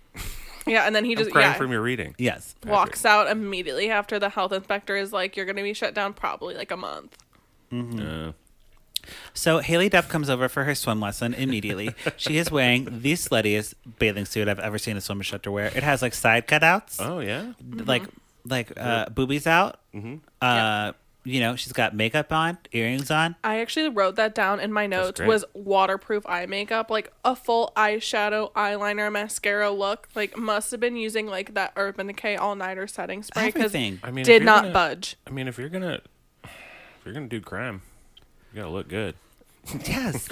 Speaker 3: yeah, and then he
Speaker 2: I'm
Speaker 3: just
Speaker 2: crying
Speaker 3: yeah.
Speaker 2: from your reading.
Speaker 1: Yes.
Speaker 3: walks out immediately after the health inspector is like, "You're going to be shut down probably like a month."
Speaker 2: Uh,
Speaker 1: So Haley Duff comes over for her swim lesson immediately. she is wearing the sluttiest bathing suit I've ever seen a swim instructor wear. It has like side cutouts,
Speaker 2: oh yeah.
Speaker 1: like like uh, boobies out. Mm-hmm. Uh, You know, she's got makeup on, earrings on.
Speaker 3: I actually wrote that down in my notes
Speaker 2: great.
Speaker 3: was waterproof eye makeup, like a full eyeshadow, eyeliner, mascara look. Like must have been using like that Urban Decay all nighter setting spray because
Speaker 1: Everything.
Speaker 2: I mean, if
Speaker 3: did
Speaker 2: you're
Speaker 3: not
Speaker 2: gonna-
Speaker 3: budge.
Speaker 2: I mean, if you're gonna if you're gonna do crime, you gotta look good.
Speaker 1: Yes.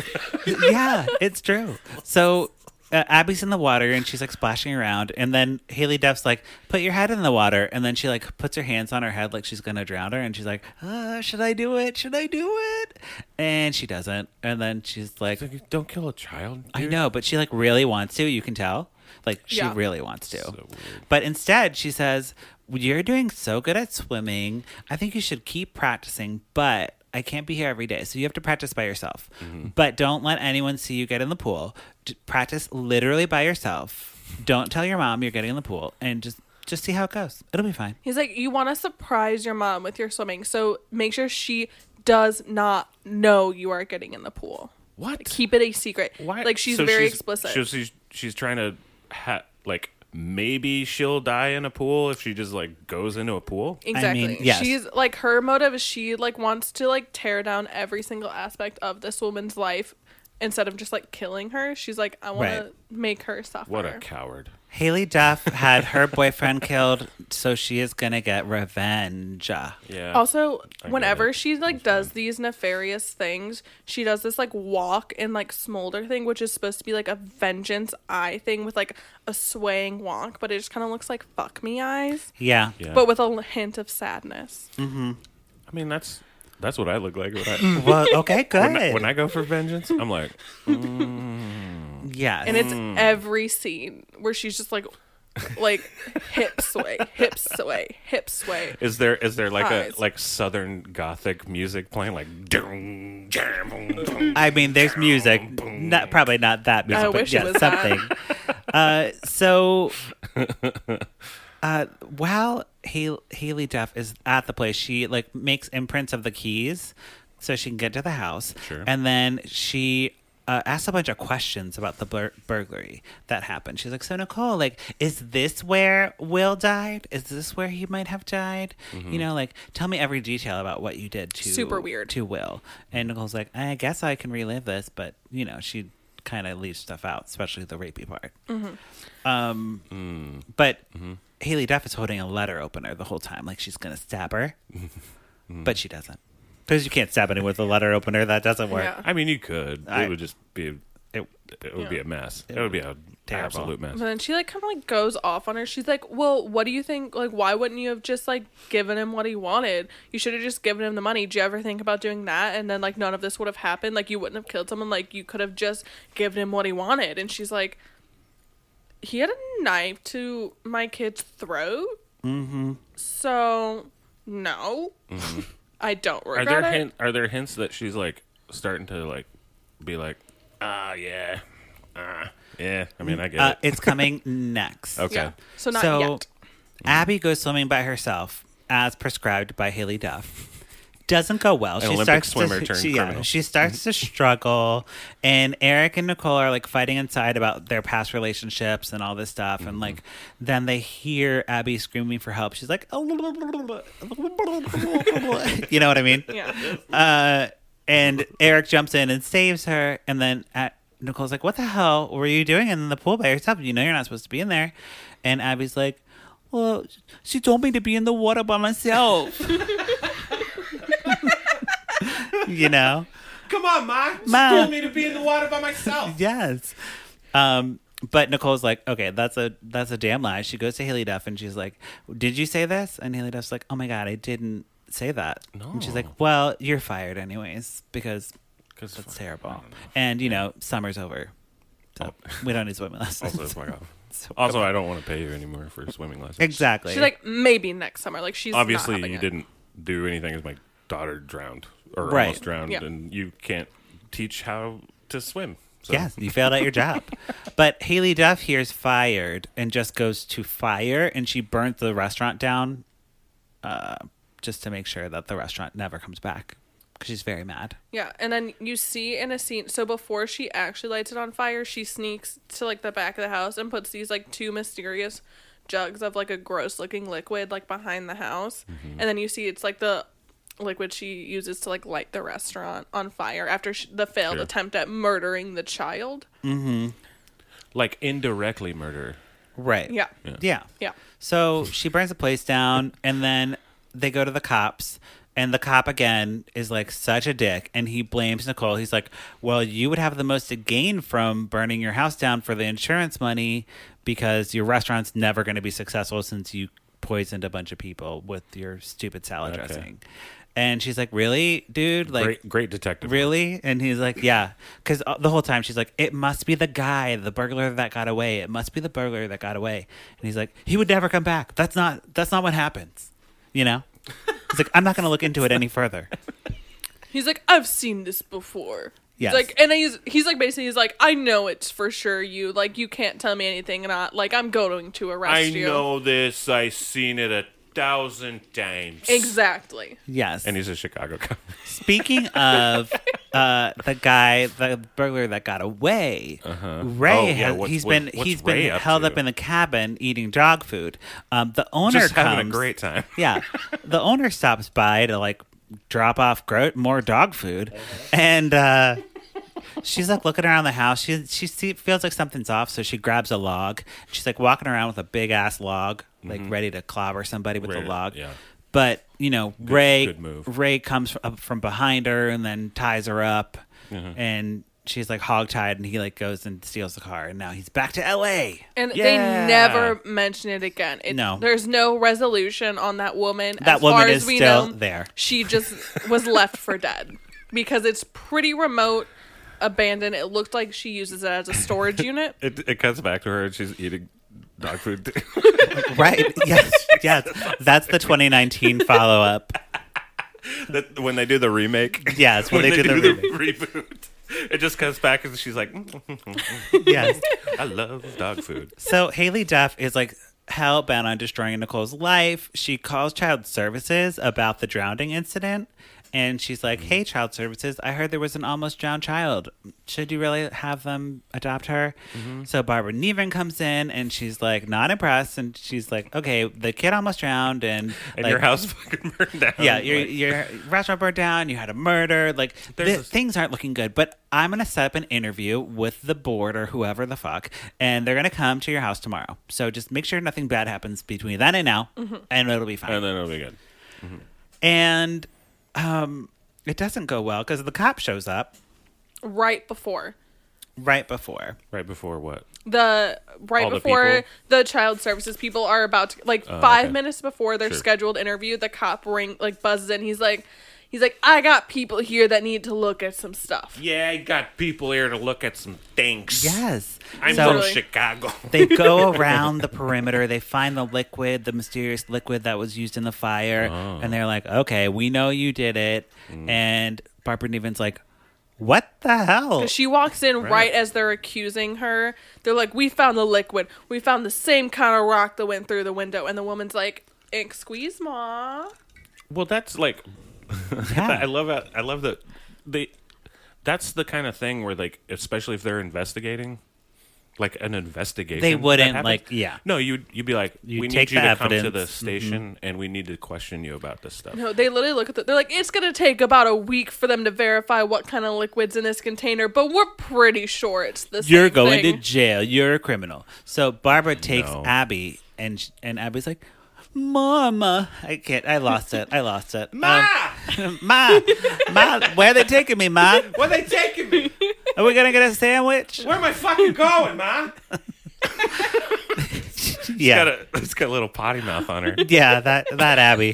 Speaker 1: yeah, it's true. So uh, Abby's in the water and she's like splashing around. And then Haley Duff's like, put your head in the water. And then she like puts her hands on her head like she's going to drown her. And she's like, uh, should I do it? Should I do it? And she doesn't. And then she's like,
Speaker 2: Like, Don't kill a child.
Speaker 1: I
Speaker 2: dude.
Speaker 1: know, but she like really wants to. You can tell. Like she
Speaker 3: Yeah.
Speaker 1: really wants to.
Speaker 2: So weird.
Speaker 1: but instead, she says, "You're doing so good at swimming. I think you should keep practicing, but I can't be here every day. So you have to practice by yourself.
Speaker 2: Mm-hmm.
Speaker 1: But don't let anyone see you get in the pool. D- practice literally by yourself. Don't tell your mom you're getting in the pool and just just see how it goes. It'll be fine."
Speaker 3: He's like, you want to surprise your mom with your swimming, so make sure she does not know you are getting in the pool.
Speaker 2: What?
Speaker 3: Keep it a secret.
Speaker 2: Why?
Speaker 3: Like she's
Speaker 2: so
Speaker 3: very
Speaker 2: she's-
Speaker 3: explicit.
Speaker 2: so she's she's trying to ha- like maybe she'll die in a pool if she just like goes into a pool.
Speaker 3: Exactly.
Speaker 1: mean, yes.
Speaker 3: She's like her motive is she like wants to like tear down every single aspect of this woman's life instead of just like killing her. She's like, I want
Speaker 1: Right.
Speaker 3: to make her suffer.
Speaker 2: What a coward.
Speaker 1: Haley Duff had her boyfriend killed, so she is gonna get revenge.
Speaker 2: Yeah.
Speaker 3: also,
Speaker 2: get
Speaker 3: whenever
Speaker 2: it.
Speaker 3: she like does these nefarious things, she does this like walk and like smolder thing, which is supposed to be like a vengeance eye thing with like a swaying walk, but it just kind of looks like fuck me eyes,
Speaker 1: Yeah.
Speaker 2: Yeah.
Speaker 3: but with a l- hint of sadness.
Speaker 2: I mean that's that's what I look like when I,
Speaker 1: Well, okay, good.
Speaker 2: when I, when I go for vengeance. I'm like
Speaker 1: yes.
Speaker 3: and it's every scene where she's just like like hip sway hip sway hip sway
Speaker 2: Is there is there like
Speaker 3: Eyes.
Speaker 2: a like southern gothic music playing like doom jam boom, boom.
Speaker 1: I mean, there's music, not probably not that music,
Speaker 3: I
Speaker 1: but
Speaker 3: wish
Speaker 1: yeah,
Speaker 3: it was
Speaker 1: something. uh, so, uh, while Hal- Haley Duff is at the place, she like makes imprints of the keys so she can get to the house,
Speaker 2: Sure.
Speaker 1: and then she. Uh, asks a bunch of questions about the bur- burglary that happened. She's like, "So Nicole, like, is this where Will died? Is this where he might have died? You know, like, tell me every detail about what you did to
Speaker 3: Super weird.
Speaker 1: to to Will. And Nicole's like, I guess I can relive this, but you know, she kind of leaves stuff out, especially the rapey part. Um, But Haley Duff is holding a letter opener the whole time, like she's gonna stab her, but she doesn't. Because you can't stab anyone with a letter opener. That doesn't work.
Speaker 3: Yeah.
Speaker 2: I mean you could.
Speaker 1: I-
Speaker 2: it would just be it, it would be a mess. It, would be a
Speaker 1: Terrible.
Speaker 2: absolute mess.
Speaker 3: but then she like kind of like goes off on her she's like well what do you think like why wouldn't you have just like given him what he wanted you should have just given him the money do you ever think about doing that and then like none of this would have happened like you wouldn't have killed someone like you could have just given him what he wanted and she's like he had a knife to my kid's throat mm-hmm Mm-hmm. so no i don't
Speaker 2: Are
Speaker 3: regret
Speaker 2: there
Speaker 3: it
Speaker 2: hint, are there hints that she's like starting to like be like ah yeah ah yeah I mean I get
Speaker 1: Uh,
Speaker 2: it.
Speaker 1: it's coming next.
Speaker 2: Okay.
Speaker 3: Yeah. So not yet.
Speaker 1: Abby goes swimming by herself, as prescribed by Haley Duff. Doesn't go well. she
Speaker 2: Olympic
Speaker 1: starts
Speaker 2: swimmer
Speaker 1: to,
Speaker 2: turned
Speaker 1: she, yeah,
Speaker 2: criminal.
Speaker 1: she starts to struggle, and Eric and Nicole are like fighting inside about their past relationships and all this stuff.
Speaker 2: Mm-hmm.
Speaker 1: And like, then they hear Abby screaming for help. She's like, "Oh," you know what I mean?
Speaker 3: Yeah.
Speaker 1: uh, and Eric jumps in and saves her. And then uh Nicole's like, "What the hell were you doing in the pool by yourself? You know you're not supposed to be in there." And Abby's like, "Well, she told me to be in the water by myself." you know.
Speaker 2: Come on, ma. She
Speaker 1: Ma. told me
Speaker 2: to be in the water by myself.
Speaker 1: yes. Um, but Nicole's like, okay, that's a that's a damn lie. She goes to Haley Duff and she's like, did you say this? And Haley Duff's like, oh my god, I didn't say that. And she's
Speaker 2: No.
Speaker 1: like, well, you're fired anyways because
Speaker 2: 'Cause
Speaker 1: that's
Speaker 2: fuck, I
Speaker 1: terrible.
Speaker 2: don't know.
Speaker 1: And you know, summer's over, so we don't need swimming lessons.
Speaker 2: Also, fuck off.
Speaker 1: So-
Speaker 2: Also, I don't want to pay you anymore for swimming lessons.
Speaker 1: exactly.
Speaker 3: She's like, maybe next summer. Like she's not
Speaker 2: Obviously,
Speaker 3: having
Speaker 2: you
Speaker 3: it.
Speaker 2: didn't do anything as my daughter drowned or
Speaker 1: Right.
Speaker 2: almost drowned,
Speaker 3: Yeah.
Speaker 2: and you can't teach how to swim. So.
Speaker 1: Yes, you failed at your job. But Haley Duff here is fired and just goes to fire, and she burnt the restaurant down uh, just to make sure that the restaurant never comes back because she's very mad.
Speaker 3: Yeah, and then you see in a scene. So before she actually lights it on fire, she sneaks to like the back of the house and puts these like two mysterious jugs of like a gross looking liquid like behind the house,
Speaker 2: Mm-hmm.
Speaker 3: and then you see it's like the liquid she uses to like light the restaurant on fire after sh the failed
Speaker 2: Sure.
Speaker 3: attempt at murdering the child.
Speaker 2: Like indirectly murder.
Speaker 1: Right.
Speaker 3: Yeah.
Speaker 1: Yeah.
Speaker 3: Yeah.
Speaker 1: So she burns the place down, and then they go to the cops, And the cop again is like such a dick and he blames Nicole. He's like, Well, you would have the most to gain from burning your house down for the insurance money because your restaurant's never going to be successful since you poisoned a bunch of people with your stupid salad
Speaker 2: Okay.
Speaker 1: dressing. And she's like, Really, dude? Like,
Speaker 2: great, great detective.
Speaker 1: Really? And he's like, yeah. Because the whole time she's like, it must be the guy, the burglar that got away. It must be the burglar that got away. And he's like, he would never come back. That's not. That's not what happens. You know. He's like, I'm not going to look into it any further.
Speaker 3: He's like, I've seen this before.
Speaker 1: Yes.
Speaker 3: He's like, and he's he's like basically he's like, I know it's for sure you. Like, you can't tell me anything, and I like I'm going to arrest
Speaker 2: I
Speaker 3: you.
Speaker 2: know this. I seen it a thousand times.
Speaker 3: exactly.
Speaker 1: Yes.
Speaker 2: And he's a Chicago cop.
Speaker 1: Speaking of uh, the guy, the burglar that got away, Ray,
Speaker 2: Oh, yeah,
Speaker 1: has,
Speaker 2: what's-
Speaker 1: he's
Speaker 2: what-
Speaker 1: been
Speaker 2: what's
Speaker 1: he's
Speaker 2: Ray
Speaker 1: been
Speaker 2: up
Speaker 1: held
Speaker 2: to?
Speaker 1: up in the cabin eating dog food. Um, the owner
Speaker 2: Just having a
Speaker 1: comes-
Speaker 2: great time.
Speaker 1: yeah, the owner stops by to like drop off gro- more dog food, and uh, she's like looking around the house. She she see, feels like something's off, so she grabs a log. She's like walking around with a big ass log, like ready to clobber somebody with
Speaker 2: Mm-hmm. Ready
Speaker 1: the
Speaker 2: to-
Speaker 1: log.
Speaker 2: yeah.
Speaker 1: But you know, Ray
Speaker 2: good move.
Speaker 1: Ray comes up from behind her and then ties her up,
Speaker 2: Mm-hmm.
Speaker 1: and she's like hogtied, and he like goes and steals the car, and now he's back to L.A.
Speaker 3: And
Speaker 2: Yeah.
Speaker 3: they never mention it again. It,
Speaker 1: No.
Speaker 3: there's no resolution on that woman.
Speaker 1: That
Speaker 3: as
Speaker 1: woman
Speaker 3: far
Speaker 1: is
Speaker 3: as we
Speaker 1: still
Speaker 3: know,
Speaker 1: there.
Speaker 3: She just was left for dead because it's pretty remote, abandoned. It looked like she uses it as a storage unit.
Speaker 2: It, it cuts back to her and she's eating dog food.
Speaker 1: Right? yes, yes. That's the 2019 follow up.
Speaker 2: That- when they do the remake.
Speaker 1: Yes, when they do the
Speaker 2: reboot. It just cuts back and she's like,
Speaker 1: Yes.
Speaker 2: I love dog food.
Speaker 1: So Haley Duff is like hell bent on destroying Nicole's life. She calls child services about the drowning incident. And she's like, hey, child services, I heard there was an almost drowned child. Should you really have them adopt her? So Barbara Nevin comes in and she's like, not impressed. And she's like, okay, the kid almost drowned. And,
Speaker 2: And
Speaker 1: like,
Speaker 2: your house fucking burned down.
Speaker 1: Yeah, your
Speaker 2: Like,
Speaker 1: your restaurant burned down. You had a murder. Like
Speaker 2: There's
Speaker 1: th-
Speaker 2: a-
Speaker 1: things aren't looking good. But I'm gonna set up an interview with the board or whoever the fuck, and they're gonna come to your house tomorrow. So just make sure nothing bad happens between then and now, and it'll be fine. And,
Speaker 2: Mm-hmm. and then it'll be good.
Speaker 1: um, it doesn't go well because the cop shows up
Speaker 3: Right before
Speaker 1: right before.
Speaker 2: Right before what?
Speaker 3: the right
Speaker 2: All the
Speaker 3: before
Speaker 2: people?
Speaker 3: the, child services people are about to like five
Speaker 2: okay.
Speaker 3: minutes before their
Speaker 2: Sure.
Speaker 3: scheduled interview, the cop ring like buzzes in. He's like, he's like, I got people here that need to look at some stuff.
Speaker 2: Yeah, I got people here to look at some things.
Speaker 1: Yes,
Speaker 2: I'm
Speaker 1: so
Speaker 2: from
Speaker 3: Really?
Speaker 2: Chicago.
Speaker 1: they go around the perimeter. They find the liquid, the mysterious liquid that was used in the fire,
Speaker 2: Ah.
Speaker 1: and they're like, "Okay, we know you did it."
Speaker 2: Mm.
Speaker 1: And Barbara Nevin's like, "What the hell?"
Speaker 3: She walks in right. as they're accusing her. They're like, "We found the liquid. We found the same kind of rock that went through the window." And the woman's like, "Excuse ma."
Speaker 2: Well, that's like I love that. I love that they. That's the kind of thing where, like, especially if they're investigating, like an investigation,
Speaker 1: They
Speaker 2: that
Speaker 1: wouldn't,
Speaker 2: happens.
Speaker 1: like, yeah.
Speaker 2: No, you you'd be like,
Speaker 1: You
Speaker 2: we need
Speaker 1: take
Speaker 2: you to
Speaker 1: the
Speaker 2: come to the
Speaker 1: evidence. Mm-hmm.
Speaker 2: station, and we need to question you about this stuff.
Speaker 3: No, they literally look at the, They're like, "It's gonna take about a week for them to verify what kind of liquids in this container, but we're pretty sure it's the same
Speaker 1: You're going
Speaker 3: thing."
Speaker 1: to jail. You're a criminal. So Barbara takes
Speaker 2: No.
Speaker 1: Abby, and sh- and Abby's like, "Mama, I can't. I lost it. I lost it. Ma,
Speaker 2: Ah!
Speaker 1: ma, ma. Where they taking me, ma?
Speaker 2: where they taking me?
Speaker 1: Are we gonna get a sandwich?
Speaker 2: Where am I fucking going, ma?
Speaker 1: Yeah,
Speaker 2: Got a, it's got a little potty mouth on her.
Speaker 1: yeah. That that Abby.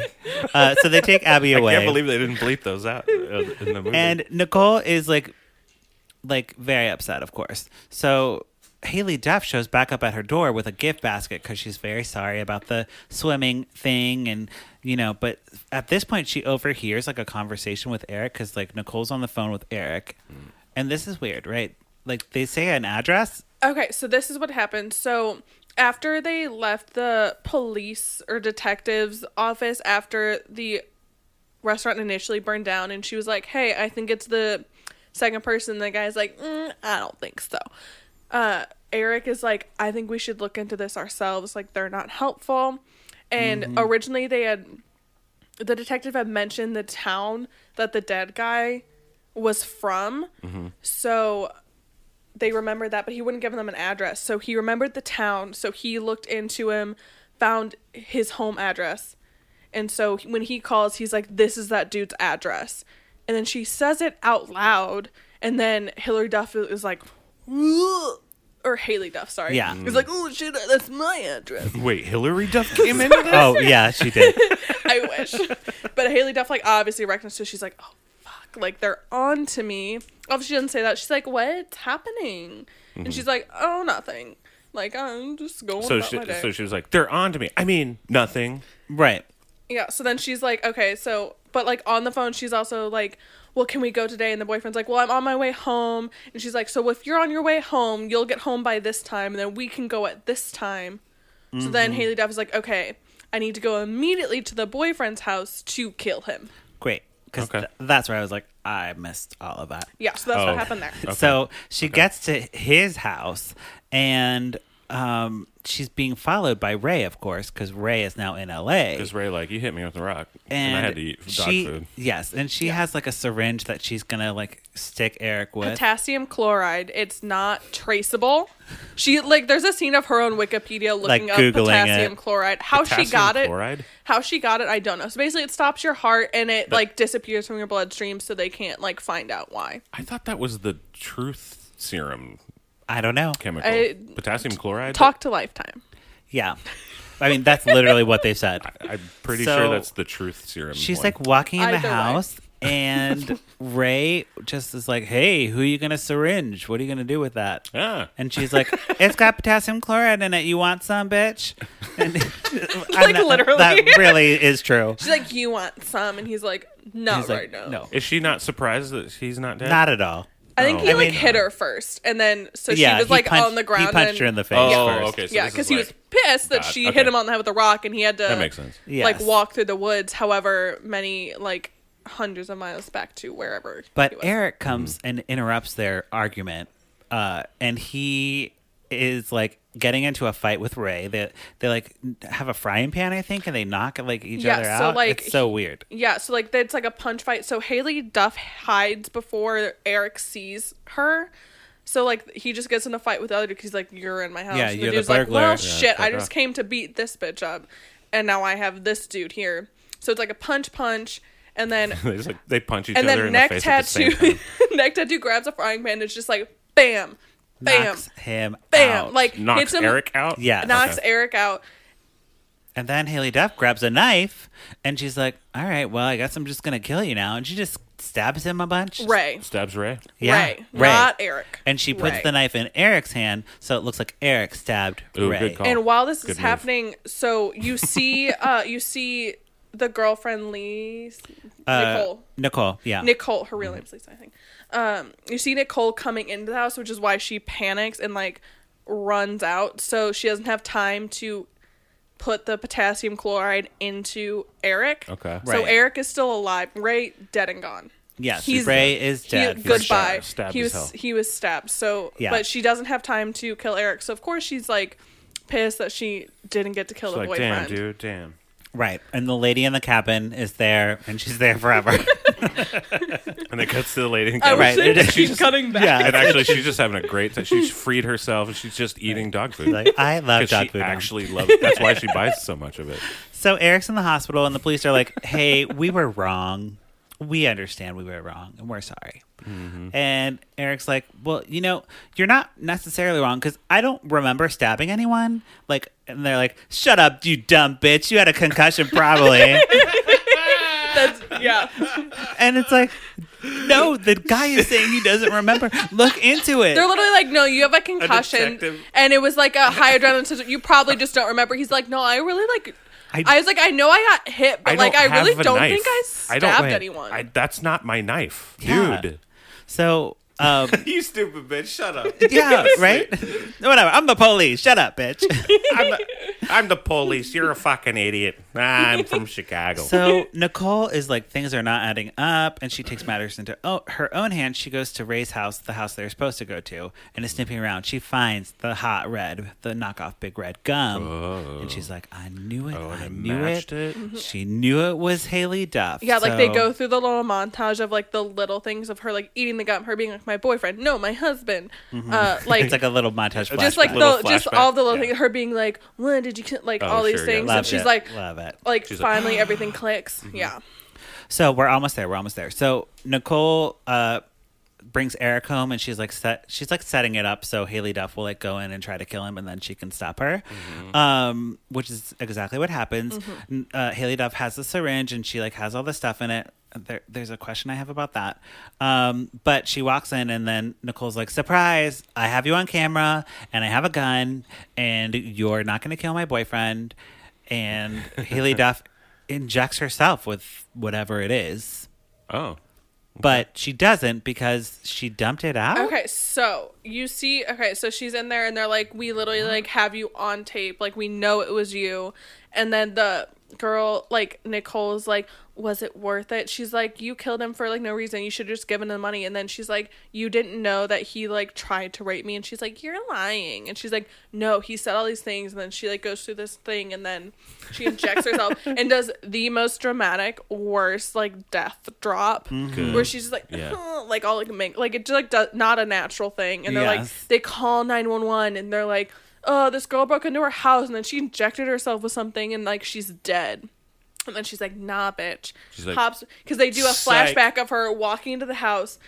Speaker 1: Uh, so they take Abby away.
Speaker 2: Can't believe they didn't bleep those out uh, in the movie.
Speaker 1: And Nicole is like, like very upset, of course. So Haley Duff shows back up at her door with a gift basket because she's very sorry about the swimming thing, and you know. But at this point, she overhears like a conversation with Eric because like Nicole's on the phone with Eric, and this is weird, right? Like they say an address.
Speaker 3: Okay, so this is what happened. So after they left the police or detectives office after the restaurant initially burned down and she was like, "Hey, I think it's the second person." The guy's like, mm, "I don't think so." Uh Eric is like, "I think we should look into this ourselves. Like they're not helpful." And originally they had the detective had mentioned the town that the dead guy was from. So they remembered that, but he wouldn't give them an address. So he remembered the town. So he looked into him, found his home address, And so when he calls, he's like, "This is that dude's address," and then she says it out loud, and then Hillary Duff is like, "Ugh," or Haley Duff, sorry,
Speaker 1: Yeah.
Speaker 3: is like, "Oh shit, that's my address."
Speaker 2: Wait, Hillary Duff came into this?
Speaker 1: Oh yeah, she did.
Speaker 3: I wish. But Haley Duff like obviously recognized it. She's like, oh fuck, like they're on to me. Obviously, she doesn't say that. She's like, what's happening? And she's like, oh, nothing. Like I'm just going.
Speaker 2: Mm-hmm. So
Speaker 3: about
Speaker 2: she,
Speaker 3: my day.
Speaker 2: so she was like, they're on to me. I mean, nothing.
Speaker 1: Right.
Speaker 3: yeah. So then she's like, okay, so but like on the phone, she's also like. Well, can we go today? And the boyfriend's like, Well, I'm on my way home. And she's like, So if you're on your way home, you'll get home by this time, and then we can go at this time. So then
Speaker 2: Mm-hmm.
Speaker 3: Haley Duff is like, Okay, I need to go immediately to the boyfriend's house to kill him.
Speaker 1: Great. Because
Speaker 2: Okay.
Speaker 1: that's where I was like, I missed all of that.
Speaker 3: Yeah, so that's
Speaker 2: Oh.
Speaker 3: what happened there.
Speaker 1: So she gets to his house and um, she's being followed by Ray, of course, because Ray is now in LA.
Speaker 2: Because Ray, like, you hit me with a rock.
Speaker 1: And
Speaker 2: And, I had to eat dog
Speaker 1: she,
Speaker 2: food.
Speaker 1: Yes. And she has like a syringe that she's going to like stick Eric with.
Speaker 3: Potassium chloride. It's not traceable. She like there's a scene of her on Wikipedia
Speaker 1: Like,
Speaker 3: looking up
Speaker 1: Googling
Speaker 3: potassium
Speaker 1: it.
Speaker 3: chloride. How she
Speaker 2: Potassium
Speaker 3: got it?
Speaker 2: chloride?
Speaker 3: How she got it? I don't know. So basically, it stops your heart and it like disappears from your bloodstream, so they can't like find out why.
Speaker 2: I thought that was the truth serum
Speaker 1: I don't know.
Speaker 2: chemical.
Speaker 3: I-
Speaker 2: Potassium chloride?
Speaker 3: Talk to Lifetime.
Speaker 1: Yeah. I mean, that's literally what they said.
Speaker 2: I'm pretty
Speaker 1: So-
Speaker 2: sure that's the truth serum.
Speaker 1: She's
Speaker 2: one.
Speaker 1: like walking in the
Speaker 3: Either way.
Speaker 1: house, and Ray just is like, "Hey, who are you gonna syringe? What are you gonna do with that?"
Speaker 2: Ah.
Speaker 1: And she's like, "It's got potassium chloride in it. You want some, bitch?" And, like
Speaker 3: literally.
Speaker 1: that really is true.
Speaker 3: She's like, "You want some?" And he's like, "Not
Speaker 1: He's
Speaker 3: right
Speaker 1: like,
Speaker 3: now."
Speaker 1: "No,
Speaker 2: Is she not surprised that he's not dead?
Speaker 1: not at all."
Speaker 3: I think he
Speaker 1: I
Speaker 3: like
Speaker 1: mean-
Speaker 3: hit her first, and then so
Speaker 1: yeah,
Speaker 3: she was
Speaker 1: he
Speaker 3: like
Speaker 1: punched-
Speaker 3: on the ground.
Speaker 1: He punched
Speaker 3: and,
Speaker 1: her in the face.
Speaker 2: Oh,
Speaker 1: first.
Speaker 2: okay. So
Speaker 3: yeah,
Speaker 2: because
Speaker 3: because he was pissed that
Speaker 2: bad.
Speaker 3: she
Speaker 2: Okay.
Speaker 3: hit him on the head with a rock, and he had to
Speaker 2: That makes sense.
Speaker 3: like
Speaker 1: Yes.
Speaker 3: walk through the woods, however many like hundreds of miles back to wherever. he
Speaker 1: But
Speaker 3: was.
Speaker 1: Eric
Speaker 2: Mm-hmm.
Speaker 1: comes and interrupts their argument, uh, and he is like getting into a fight with Ray. They they like have a frying pan, I think, and they knock like each
Speaker 3: Yeah,
Speaker 1: other
Speaker 3: so,
Speaker 1: out.
Speaker 3: like,
Speaker 1: it's so weird.
Speaker 3: yeah, so like it's like a punch fight. So Haley Duff hides before Eric sees her. So like he just gets in a fight with the other dude 'cause he's like, "You're in my house."
Speaker 1: Yeah,
Speaker 3: and
Speaker 1: you're the
Speaker 3: dude's like,
Speaker 1: burglar.
Speaker 3: "Well,
Speaker 1: Yeah,
Speaker 3: shit, I
Speaker 2: fuck
Speaker 3: just
Speaker 2: off."
Speaker 3: came to beat this bitch up, and now I have this dude here." So it's like a punch, punch, and then
Speaker 2: They, just, like, they punch each
Speaker 3: and
Speaker 2: other
Speaker 3: then
Speaker 2: in
Speaker 3: neck
Speaker 2: the face at the same
Speaker 3: tattoo
Speaker 2: time.
Speaker 3: neck tattoo grabs a frying pan and it's just like bam bam
Speaker 1: knocks him
Speaker 3: bam
Speaker 1: out.
Speaker 3: like
Speaker 2: Knocks
Speaker 3: hits him
Speaker 2: Eric out?
Speaker 1: Yeah.
Speaker 3: knocks
Speaker 2: Okay.
Speaker 3: eric out
Speaker 1: and then Haley Duff grabs a knife and she's like, "All right, well, I guess I'm just gonna kill you now." And she just stabs him a bunch.
Speaker 3: ray
Speaker 2: Stabs Ray.
Speaker 1: Yeah,
Speaker 3: ray, not eric
Speaker 1: And she puts
Speaker 3: Ray.
Speaker 1: the knife in Eric's hand, so it looks like Eric stabbed
Speaker 2: Ooh,
Speaker 1: Ray.
Speaker 2: good call.
Speaker 3: and while this
Speaker 2: Good
Speaker 3: is
Speaker 2: move.
Speaker 3: happening so you see uh you see the girlfriend lee
Speaker 1: Uh,
Speaker 3: nicole
Speaker 1: Nicole, yeah,
Speaker 3: Nicole, her real name's Lisa, I think. Um, you see Nicole coming into the house, which is why she panics and like runs out, so she doesn't have time to put the potassium chloride into Eric.
Speaker 2: Okay.
Speaker 3: So
Speaker 1: Right.
Speaker 3: Eric is still alive. Ray dead and gone.
Speaker 1: yes.
Speaker 3: he's-
Speaker 1: Ray is
Speaker 3: He-
Speaker 1: dead. for sure.
Speaker 3: goodbye.
Speaker 2: Stabbed
Speaker 3: he
Speaker 2: as
Speaker 3: was
Speaker 2: hell.
Speaker 3: he was stabbed. So
Speaker 1: Yeah.
Speaker 3: but she doesn't have time to kill Eric. So of course she's like pissed that she didn't get to kill
Speaker 2: It's
Speaker 3: the
Speaker 2: like,
Speaker 3: boyfriend.
Speaker 2: damn, dude, damn.
Speaker 1: Right, and the lady in the cabin is there, and she's there forever.
Speaker 2: And it cuts to the lady. And
Speaker 3: I
Speaker 2: goes,
Speaker 3: was
Speaker 1: Right.
Speaker 3: saying
Speaker 1: And
Speaker 3: Oh, she's cutting back.
Speaker 1: yeah,
Speaker 2: And actually, she's just having a great time. She's freed herself and she's just eating dog food.
Speaker 1: like I love
Speaker 2: 'Cause
Speaker 1: dog
Speaker 2: she
Speaker 1: food. now.
Speaker 2: actually loves That's why she buys so much of it.
Speaker 1: So Eric's in the hospital, and the police are like, "Hey, we were wrong. We understand we were wrong, and we're sorry." And Eric's like, "Well, you know, you're not necessarily wrong because I don't remember stabbing anyone." Like, and they're like, "Shut up, you dumb bitch! You had a concussion, probably."
Speaker 3: That's, yeah.
Speaker 1: and it's like, "No, the guy is saying he doesn't remember. Look into it."
Speaker 3: They're literally like, no, you have a concussion,
Speaker 2: detective.
Speaker 3: and it was like a high adrenaline. system. You probably just don't remember. He's like, no, I really like.
Speaker 1: I-
Speaker 3: I, was like, I know I got hit, but
Speaker 2: I
Speaker 3: like,
Speaker 2: don't
Speaker 3: I really
Speaker 2: have a
Speaker 3: don't
Speaker 2: knife.
Speaker 3: think I
Speaker 2: I
Speaker 3: stabbed
Speaker 2: don't-
Speaker 1: Wait,
Speaker 3: anyone.
Speaker 2: I, that's not my knife.
Speaker 1: Yeah.
Speaker 2: Dude.
Speaker 1: so, um,
Speaker 2: You stupid bitch. Shut up.
Speaker 1: yeah, right? Whatever. I'm the police. Shut up, bitch.
Speaker 2: I'm the, I'm the police. You're a fucking idiot. I'm from Chicago.
Speaker 1: So Nicole is like things are not adding up, and she takes matters into o- her own hands. She goes to Ray's house, the house they're supposed to go to, and is sniffing around. She finds the hot red, the knockoff big red gum, and she's like, "I knew it!
Speaker 2: Oh. and
Speaker 1: I
Speaker 2: it
Speaker 1: knew it.
Speaker 2: matched it.
Speaker 1: She knew it was Haley Duff."
Speaker 3: Mm-hmm. yeah, like they
Speaker 1: So-
Speaker 3: go through the little montage of like the little things of her like eating the gum, her being like my boyfriend, no, my husband, uh, like.
Speaker 2: Mm-hmm.
Speaker 1: It's like a little montage.
Speaker 3: just like
Speaker 1: flashback.
Speaker 2: little
Speaker 3: the, just
Speaker 2: flashback.
Speaker 3: all the little
Speaker 2: Yeah.
Speaker 3: things, her being like, "What did did you like
Speaker 2: Oh,
Speaker 3: all these
Speaker 2: sure, yeah.
Speaker 3: things?
Speaker 2: Love
Speaker 3: and she's
Speaker 1: it,
Speaker 3: like,
Speaker 1: love it.
Speaker 3: like
Speaker 2: She's like, Mm-hmm.
Speaker 3: finally everything clicks. Yeah.
Speaker 1: So we're almost there. We're almost there. So Nicole uh, brings Eric home, and she's like set. She's like setting it up so Haley Duff will like go in and try to kill him, and then she can stop her. Um, which is exactly what happens. N- Uh, Haley Duff has the syringe, and she like has all the stuff in it. There, there's a question I have about that. Um, but she walks in, and then Nicole's like, "Surprise! I have you on camera, and I have a gun, and you're not going to kill my boyfriend." And Haley Duff injects herself with whatever it is,
Speaker 2: Oh,
Speaker 1: but she doesn't because she dumped it out.
Speaker 3: Okay, so you see, okay, so she's in there and they're like, we literally like have you on tape, like we know it was you, and then the girl, like Nicole's, like, was it worth it? She's like, you killed him for like no reason. You should have just given him the money. And then she's like, you didn't know that he like tried to rape me. And she's like, you're lying. And she's like, no, he said all these things. And then she like goes through this thing and then she injects herself and does the most dramatic, worst like death drop where she's just like,
Speaker 2: Mm. Yeah.
Speaker 3: like all like make like it just like does, not a natural thing and they're
Speaker 1: Yes.
Speaker 3: like they call 911 and they're like oh this girl broke into her house and then she injected herself with something and like she's dead and then she's like nah bitch
Speaker 2: She's like,
Speaker 3: hops because they do a
Speaker 2: "Psych."
Speaker 3: flashback of her walking into the house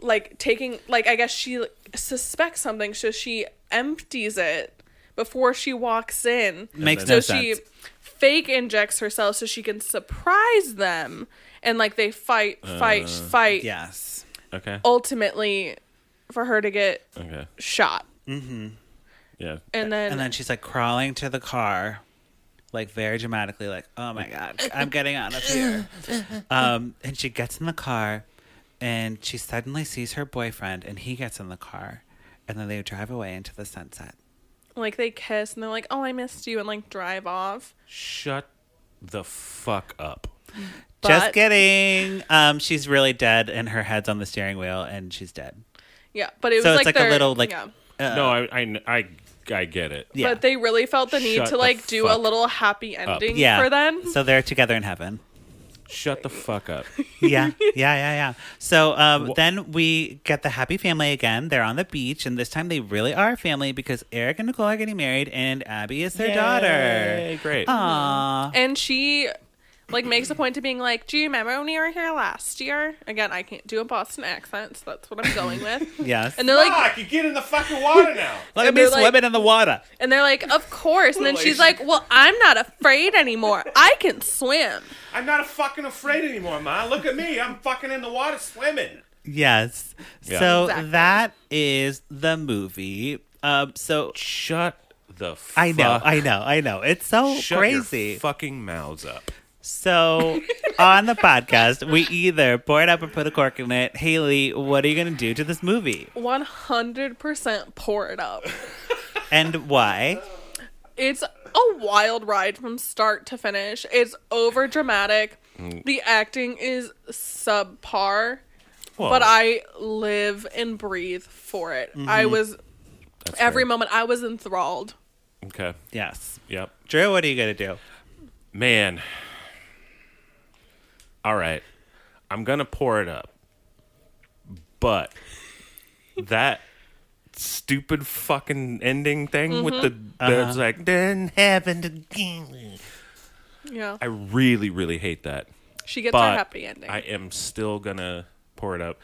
Speaker 3: like taking like i guess she like, suspects something so she empties it before she walks in
Speaker 1: Makes
Speaker 2: then-
Speaker 1: no
Speaker 3: so she
Speaker 1: sense.
Speaker 3: fake injects herself so she can surprise them and like they fight
Speaker 1: Uh,
Speaker 3: fight fight
Speaker 1: Yes.
Speaker 2: okay,
Speaker 3: ultimately for her to get
Speaker 2: okay,
Speaker 3: shot.
Speaker 2: yeah.
Speaker 3: And then,
Speaker 1: And then she's like crawling to the car, like very dramatically, like, oh my God, I'm getting out of here. Um, and she gets in the car and she suddenly sees her boyfriend and he gets in the car and then they drive away into the sunset.
Speaker 3: like they kiss and they're like, "Oh, I missed you," and like drive off.
Speaker 2: Shut the fuck up.
Speaker 1: Just
Speaker 3: But-
Speaker 1: kidding. Um, she's really dead and her head's on the steering wheel and she's dead.
Speaker 3: Yeah, but it was
Speaker 1: So
Speaker 3: like,
Speaker 1: it's like,
Speaker 3: their-
Speaker 1: a little like
Speaker 3: yeah.
Speaker 1: uh,
Speaker 2: no, I, I, I, I get it.
Speaker 1: yeah.
Speaker 3: But they really felt the need
Speaker 2: Shut
Speaker 3: to
Speaker 2: the
Speaker 3: like do a
Speaker 2: fuck
Speaker 3: little happy ending
Speaker 1: yeah.
Speaker 3: for them.
Speaker 1: So they're together in heaven.
Speaker 2: Shut the fuck up.
Speaker 1: yeah, yeah, yeah, yeah. So um,
Speaker 2: Wha-
Speaker 1: then we get the happy family again. They're on the beach, and this time they really are a family because Eric and Nicole are getting married, and Abby is their daughter.
Speaker 2: Yay, great.
Speaker 3: Uh.
Speaker 1: Aww.
Speaker 3: and she like makes a point to being like, "Do you remember when you were here last year?" Again, I can't do a Boston accent, so that's what I'm going with.
Speaker 1: Yes.
Speaker 3: And they're like,
Speaker 2: you get in the fucking water now.
Speaker 1: Look at
Speaker 3: and
Speaker 1: me
Speaker 3: they're like-
Speaker 1: swimming in the water.
Speaker 3: and they're like, of course. And then she's
Speaker 2: Like-
Speaker 3: like, well, I'm not afraid anymore. I can swim.
Speaker 2: I'm not fucking afraid anymore, ma. Look at me. I'm fucking in the water swimming.
Speaker 1: Yes.
Speaker 2: Yeah.
Speaker 1: So
Speaker 3: Exactly.
Speaker 1: that is the movie. Um, so
Speaker 2: Shut the. Fuck
Speaker 1: I know, I know, I know. It's so
Speaker 2: Shut
Speaker 1: crazy.
Speaker 2: Your fucking mouths up.
Speaker 1: so on the podcast, we either board up or put a cork in it. Haley, what are you going to do to this movie,
Speaker 3: 100% pour it up.
Speaker 1: and why?
Speaker 3: It's a wild ride from start to finish. It's over dramatic.
Speaker 1: Mm.
Speaker 3: The acting is subpar,
Speaker 1: Oh.
Speaker 3: but I live and breathe for it. I
Speaker 1: Mm-hmm.
Speaker 3: was every moment I was enthralled.
Speaker 2: Okay.
Speaker 1: Yes.
Speaker 2: Yep.
Speaker 1: Drew, what are you gonna do?
Speaker 2: Man. All right. I'm going to pour it up. But that stupid fucking ending thing
Speaker 3: Mm-hmm.
Speaker 2: with the
Speaker 1: Uh-huh.
Speaker 2: that's like then happened again.
Speaker 3: Yeah.
Speaker 2: I really really hate that.
Speaker 3: she gets
Speaker 2: But
Speaker 3: her happy ending.
Speaker 2: I am still going to pour it up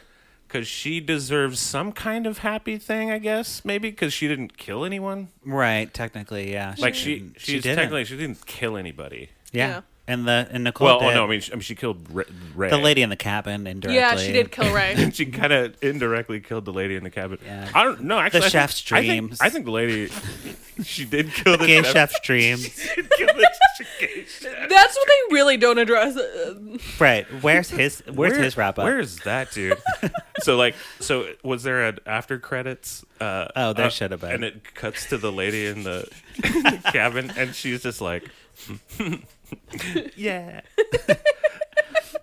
Speaker 2: cuz she deserves some kind of happy thing, I guess, maybe cuz she didn't kill anyone.
Speaker 1: Right, technically, yeah.
Speaker 2: Like she
Speaker 1: didn't-
Speaker 2: she's
Speaker 1: Mm. didn't.
Speaker 2: technically she didn't kill anybody.
Speaker 1: yeah.
Speaker 3: Yeah.
Speaker 1: And the and Nicole,
Speaker 2: Well,
Speaker 1: did.
Speaker 2: oh no, I mean she, I mean, she killed Ra- Ray.
Speaker 1: the lady in the cabin indirectly.
Speaker 3: yeah, she did kill Ray.
Speaker 2: she kind of indirectly killed the lady in the cabin.
Speaker 1: Yeah.
Speaker 2: I don't know. Actually, I think-
Speaker 1: chef's
Speaker 2: I think,
Speaker 1: dreams.
Speaker 2: I think the lady, she did kill the
Speaker 1: Gay
Speaker 2: chef.
Speaker 1: chef's dreams.
Speaker 2: She killed the gay chef.
Speaker 3: That's what they really don't address. Uh,
Speaker 1: Right. Where's his? Where's
Speaker 2: Where-
Speaker 1: his wrap up?
Speaker 2: Where's that dude? so like, so was there an after credits? Uh,
Speaker 1: Oh, there
Speaker 2: uh,
Speaker 1: should have been.
Speaker 2: And it cuts to the lady in the cabin, and she's just like, yeah.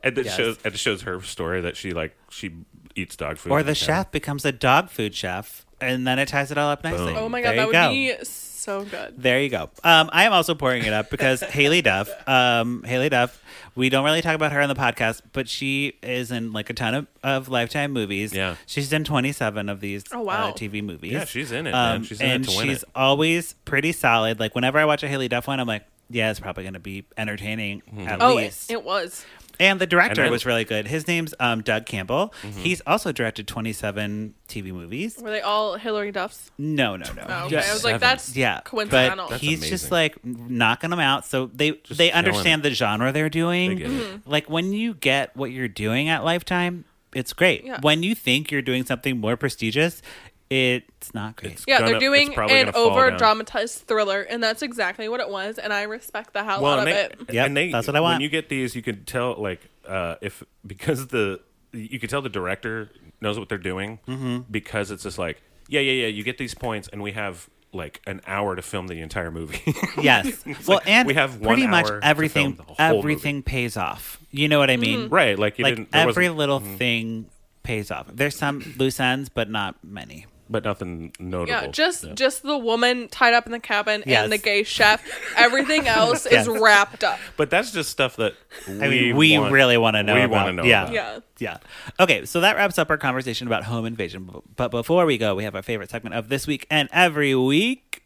Speaker 2: and it
Speaker 1: Yes.
Speaker 2: shows and it shows her story that she like she eats dog food
Speaker 1: or
Speaker 2: in
Speaker 1: the
Speaker 2: cabin.
Speaker 1: chef becomes a dog food chef, and then it ties it all up nicely.
Speaker 2: Boom.
Speaker 3: oh my
Speaker 1: There
Speaker 3: god,
Speaker 1: you go.
Speaker 3: that would be so good.
Speaker 1: There you go. Um, I am also pouring it up because Haley Duff, um, Haley Duff, we don't really talk about her on the podcast, but she is in like a ton of, of Lifetime movies.
Speaker 2: Yeah.
Speaker 1: She's in 27 of these
Speaker 3: Oh, wow.
Speaker 1: uh, TV movies. Um,
Speaker 2: Yeah, she's in it, man. She's in it
Speaker 1: and
Speaker 2: to win
Speaker 1: she's
Speaker 2: it.
Speaker 1: always pretty solid. Like whenever I watch a Haley Duff one, I'm like, yeah, it's probably going to be entertaining at
Speaker 3: Oh, it,
Speaker 1: least.
Speaker 3: it was.
Speaker 1: and the director
Speaker 2: Mm-hmm. And Mm-hmm. I-
Speaker 1: was really good. His name's um, Doug Campbell. He's also directed 27 TV movies.
Speaker 3: Were they all Hillary Duff's?
Speaker 1: No, no, no.
Speaker 3: Oh, okay.
Speaker 2: Yes.
Speaker 3: I was like,
Speaker 2: Seven.
Speaker 3: that's
Speaker 1: Yeah,
Speaker 3: coincidental.
Speaker 1: But he's just
Speaker 2: amazing.
Speaker 1: like knocking them out, so they they
Speaker 2: killing
Speaker 1: understand the genre they're doing.
Speaker 2: They get it.
Speaker 1: Like when you get what you're doing at Lifetime, it's great.
Speaker 3: Yeah.
Speaker 1: When you think you're doing something more prestigious, it's not great.
Speaker 2: It's
Speaker 3: yeah,
Speaker 2: gonna-
Speaker 3: they're
Speaker 2: it's
Speaker 3: doing
Speaker 2: probably
Speaker 3: an
Speaker 2: gonna fall down.
Speaker 3: over dramatized thriller, and that's exactly what it was, and I respect the hell out of
Speaker 2: and
Speaker 3: it.
Speaker 2: they,
Speaker 1: Yep,
Speaker 2: and they,
Speaker 1: that's what I want.
Speaker 2: When you get these, you can tell like uh, if because the you can tell the director knows what they're doing
Speaker 1: Mm-hmm.
Speaker 2: because it's just like yeah, yeah, yeah. You get these points, and we have like an hour to film the entire movie.
Speaker 3: Mm-hmm.
Speaker 1: Yes. well,
Speaker 2: like,
Speaker 1: and
Speaker 2: we have one
Speaker 1: pretty much
Speaker 2: hour to
Speaker 1: everything
Speaker 2: film the whole
Speaker 1: everything pays off. You know what I mean?
Speaker 2: right? Like you
Speaker 1: Like
Speaker 2: didn't. There Mm-hmm.
Speaker 1: every
Speaker 2: every,
Speaker 1: little thing pays off. There's some loose ends, but not many.
Speaker 2: but nothing notable.
Speaker 3: yeah, just just the woman tied up in the cabin
Speaker 1: Yes.
Speaker 3: and the gay chef. Everything else
Speaker 1: Yes.
Speaker 3: is wrapped up.
Speaker 2: But that's just stuff that we
Speaker 1: I mean, we
Speaker 2: want-
Speaker 1: really want to know.
Speaker 2: We
Speaker 1: about,
Speaker 2: wanna know.
Speaker 1: Yeah.
Speaker 2: about.
Speaker 3: Yeah.
Speaker 1: Yeah. Okay, so that wraps up our conversation about home invasion. B- But before we go, we have our favorite segment of this week and every week.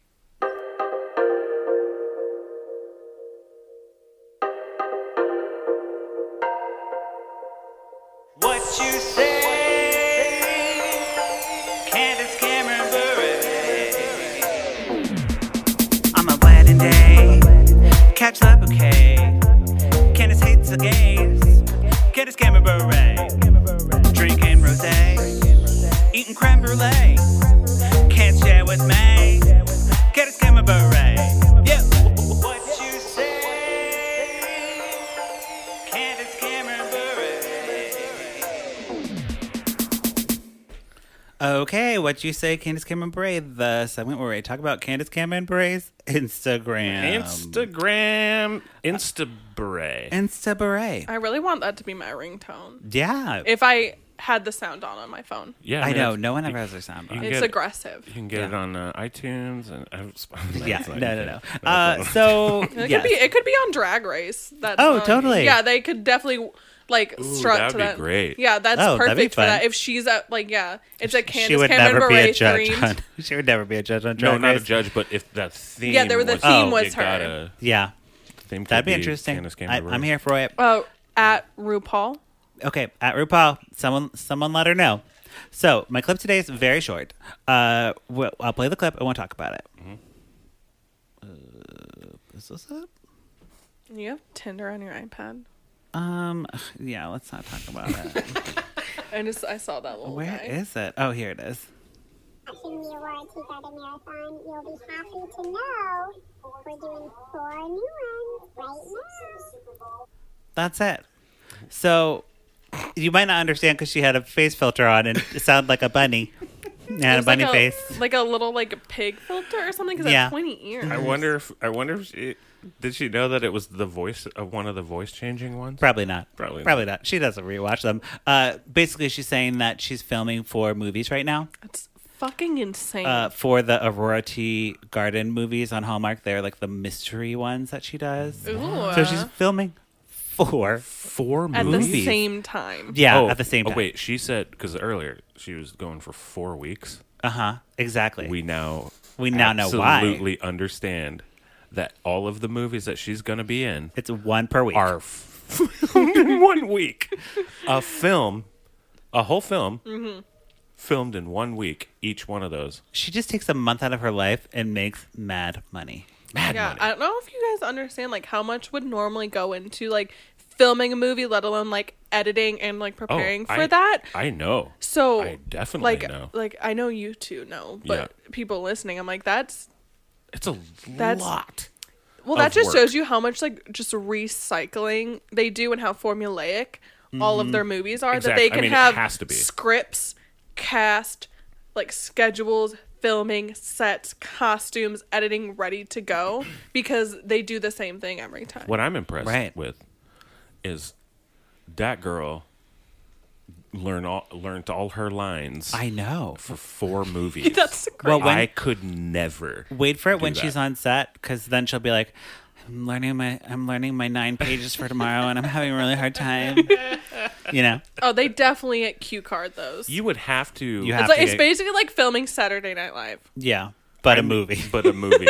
Speaker 7: What you say, Candace Cameron Bure. On my wedding day, catch the bouquet. Candace hates the gays. Candace Cameron Bure. Drinking rosé, eating creme brulee. Can't share with me. Candace Cameron Bure. Yeah. What you say. Candace Cameron Bure.
Speaker 1: Okay, what you say, Candace Cameron Bray, the segment where we talk about Candace Cameron Bray's Instagram.
Speaker 2: Instagram, Instabray.
Speaker 1: Insta Bray.
Speaker 3: I really want that to be my ringtone.
Speaker 1: Yeah.
Speaker 3: If I had the sound on on my phone,
Speaker 2: yeah,
Speaker 1: I
Speaker 2: man,
Speaker 1: know.
Speaker 2: it's-
Speaker 1: No one ever has their sound on.
Speaker 2: You
Speaker 3: it's
Speaker 2: get-
Speaker 3: aggressive.
Speaker 2: You can get it on uh, iTunes and uh,
Speaker 1: Yeah. No,
Speaker 2: like-
Speaker 1: no, no. Uh, so,
Speaker 3: It
Speaker 1: yes.
Speaker 3: could be it could be on Drag Race. That
Speaker 1: Oh,
Speaker 3: song.
Speaker 1: totally.
Speaker 3: Yeah, they could definitely like strut
Speaker 2: that'd
Speaker 3: to
Speaker 2: be
Speaker 3: that.
Speaker 2: great.
Speaker 3: Yeah, that's
Speaker 1: Oh, that'd be
Speaker 3: perfect for that.
Speaker 1: fun.
Speaker 3: If she's at like yeah, it's a Candace
Speaker 1: she would
Speaker 3: Cameron
Speaker 1: never be
Speaker 3: Bure
Speaker 1: a judge.
Speaker 3: themed.
Speaker 1: On, she would never be a judge on
Speaker 2: No,
Speaker 1: Drag
Speaker 2: not a
Speaker 1: Race.
Speaker 2: judge, but if the theme.
Speaker 3: Yeah, there were- the
Speaker 2: was,
Speaker 3: theme
Speaker 2: oh,
Speaker 3: was
Speaker 2: you
Speaker 3: her.
Speaker 2: gotta-
Speaker 1: Yeah.
Speaker 2: theme could
Speaker 1: That'd be
Speaker 2: be
Speaker 1: interesting.
Speaker 2: Candace
Speaker 1: I,
Speaker 2: Cameron.
Speaker 1: I'm here for it.
Speaker 3: Oh, at RuPaul.
Speaker 1: Okay, at RuPaul, someone someone let her know. So my clip today is very short. Uh, we I'll play the clip and we'll talk about it.
Speaker 2: Mm-hmm.
Speaker 1: Uh, is this it?
Speaker 3: You have Tinder on your iPad.
Speaker 1: Um, yeah, let's not talk about it.
Speaker 3: I just I saw that little
Speaker 1: Where
Speaker 3: guy.
Speaker 1: is it? Oh, here it is.
Speaker 8: watching the Aurora Together Marathon, you'll be happy to know we're doing four new ones right now.
Speaker 1: That's it. So you might not understand because she had a face filter on and it sounded like a bunny. And a
Speaker 3: There's like
Speaker 1: bunny face.
Speaker 3: like a little like pig filter or something because
Speaker 1: Yeah.
Speaker 3: that's pointy ears.
Speaker 2: I wonder if I wonder if she, did she know that it was the voice of one of the voice changing ones?
Speaker 1: Probably not.
Speaker 2: Probably not.
Speaker 1: Probably not. She doesn't rewatch them. Uh, basically, she's saying that she's filming for movies right now.
Speaker 3: It's fucking insane.
Speaker 1: uh, for the Aurora Tea Garden movies on Hallmark. They're like the mystery ones that she does.
Speaker 3: Ooh, uh-huh.
Speaker 1: So she's filming four.
Speaker 2: Four
Speaker 3: at the
Speaker 2: movies.
Speaker 3: same time.
Speaker 1: Yeah,
Speaker 2: oh,
Speaker 1: at the same time.
Speaker 2: Oh wait, she said because earlier she was going for four weeks.
Speaker 1: Uh huh. Exactly.
Speaker 2: We now
Speaker 1: We now know why.
Speaker 2: Absolutely understand that all of the movies that she's gonna be in
Speaker 1: it's one per week.
Speaker 2: are filmed in one week. A film, a whole film, filmed in one week. Each one of those.
Speaker 1: she just takes a month out of her life and makes mad money.
Speaker 2: Mad
Speaker 3: Yeah,
Speaker 2: money.
Speaker 3: I don't know if you guys understand like how much would normally go into like filming a movie, let alone like editing and like
Speaker 2: Oh,
Speaker 3: preparing for
Speaker 2: I-
Speaker 3: that.
Speaker 2: I know.
Speaker 3: So
Speaker 2: I definitely
Speaker 3: like
Speaker 2: know.
Speaker 3: like I know you two know, but
Speaker 2: Yeah.
Speaker 3: people listening, I'm like that's
Speaker 2: It's a
Speaker 3: That's-
Speaker 2: lot.
Speaker 3: well
Speaker 2: Of
Speaker 3: that just
Speaker 2: work.
Speaker 3: shows you how much like just recycling they do and how formulaic all of their movies are that
Speaker 2: Exact-
Speaker 3: they
Speaker 2: Mm-hmm. I
Speaker 3: can
Speaker 2: mean, it
Speaker 3: have
Speaker 2: has to be.
Speaker 3: scripts, cast, like schedules, filming, sets, costumes, editing ready to go because they do the same thing every time.
Speaker 2: What I'm impressed
Speaker 1: Right.
Speaker 2: with is that girl learn all learned all her lines
Speaker 1: I know.
Speaker 2: for four movies.
Speaker 3: That's great.
Speaker 1: Well, when-
Speaker 2: I could never.
Speaker 1: Wait for it when
Speaker 2: that.
Speaker 1: she's on set, because then she'll be like, "I'm learning my I'm learning my nine pages for tomorrow, and I'm having a really hard time." You know,
Speaker 3: oh, they definitely at cue card those.
Speaker 2: You would have to.
Speaker 1: You have
Speaker 3: it's like
Speaker 1: to
Speaker 3: it's
Speaker 1: get-
Speaker 3: basically like filming Saturday Night Live.
Speaker 1: yeah, but a movie,
Speaker 2: but a movie.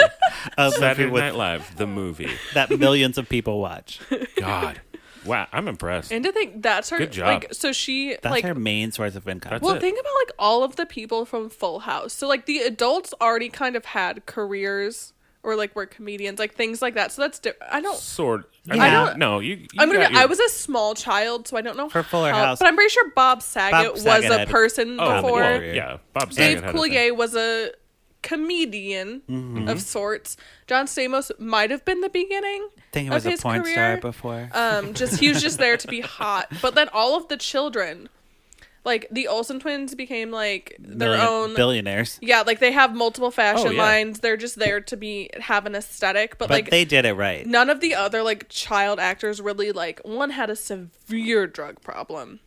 Speaker 1: a
Speaker 2: Saturday
Speaker 1: movie with
Speaker 2: Night Live, the movie.
Speaker 1: that millions of people watch.
Speaker 2: God, wow, I'm impressed.
Speaker 3: And to think that's her
Speaker 2: Good job.
Speaker 3: like so she
Speaker 1: That's
Speaker 3: like
Speaker 1: her main source of income.
Speaker 2: That's
Speaker 3: well
Speaker 2: it.
Speaker 3: think about like all of the people from Full House. So like the adults already kind of had careers or like were comedians, like things like that. So that's di- I don't
Speaker 2: Sort.
Speaker 1: Yeah.
Speaker 2: I, mean,
Speaker 1: I don't-
Speaker 2: No, you. you
Speaker 3: I'm gonna.
Speaker 2: got
Speaker 3: Be,
Speaker 2: your-
Speaker 3: I was a small child, so I don't know
Speaker 1: For Fuller
Speaker 3: how-
Speaker 1: House.
Speaker 3: But I'm pretty sure Bob Saget,
Speaker 1: Bob Saget
Speaker 3: was a
Speaker 1: had-
Speaker 3: person
Speaker 2: Oh,
Speaker 3: before.
Speaker 2: well, yeah. Bob
Speaker 3: Dave
Speaker 2: Saget had a thing. Mm-hmm.
Speaker 3: Coulier was a comedian of sorts. John Stamos might have been the beginning.
Speaker 1: think it
Speaker 3: of
Speaker 1: was a
Speaker 3: his
Speaker 1: porn
Speaker 3: career.
Speaker 1: star before.
Speaker 3: Um, just he was just there to be hot. But then all of the children, like the Olsen twins, became like their
Speaker 1: Million-
Speaker 3: own.
Speaker 1: billionaires,
Speaker 3: yeah, like they have multiple fashion
Speaker 2: Oh, yeah.
Speaker 3: lines. They're just there to be have an aesthetic, but,
Speaker 1: but
Speaker 3: like
Speaker 1: they did it right.
Speaker 3: none of the other like child actors really like one had a severe drug problem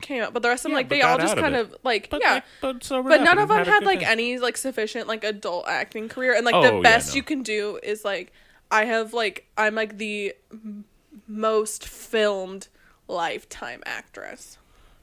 Speaker 3: came up but the rest of them
Speaker 2: Mm-hmm. Yeah,
Speaker 3: like
Speaker 2: but
Speaker 3: they all
Speaker 2: got
Speaker 3: just
Speaker 2: out of
Speaker 3: kind
Speaker 2: it.
Speaker 3: of like
Speaker 2: But,
Speaker 3: yeah
Speaker 2: like, but, so
Speaker 3: but none of them
Speaker 2: happened,
Speaker 3: had
Speaker 2: a good
Speaker 3: like
Speaker 2: day.
Speaker 3: any like sufficient like adult acting career and like
Speaker 2: Oh,
Speaker 3: the
Speaker 2: yeah,
Speaker 3: best
Speaker 2: no.
Speaker 3: you can do is like i have like i'm like the m- most filmed lifetime actress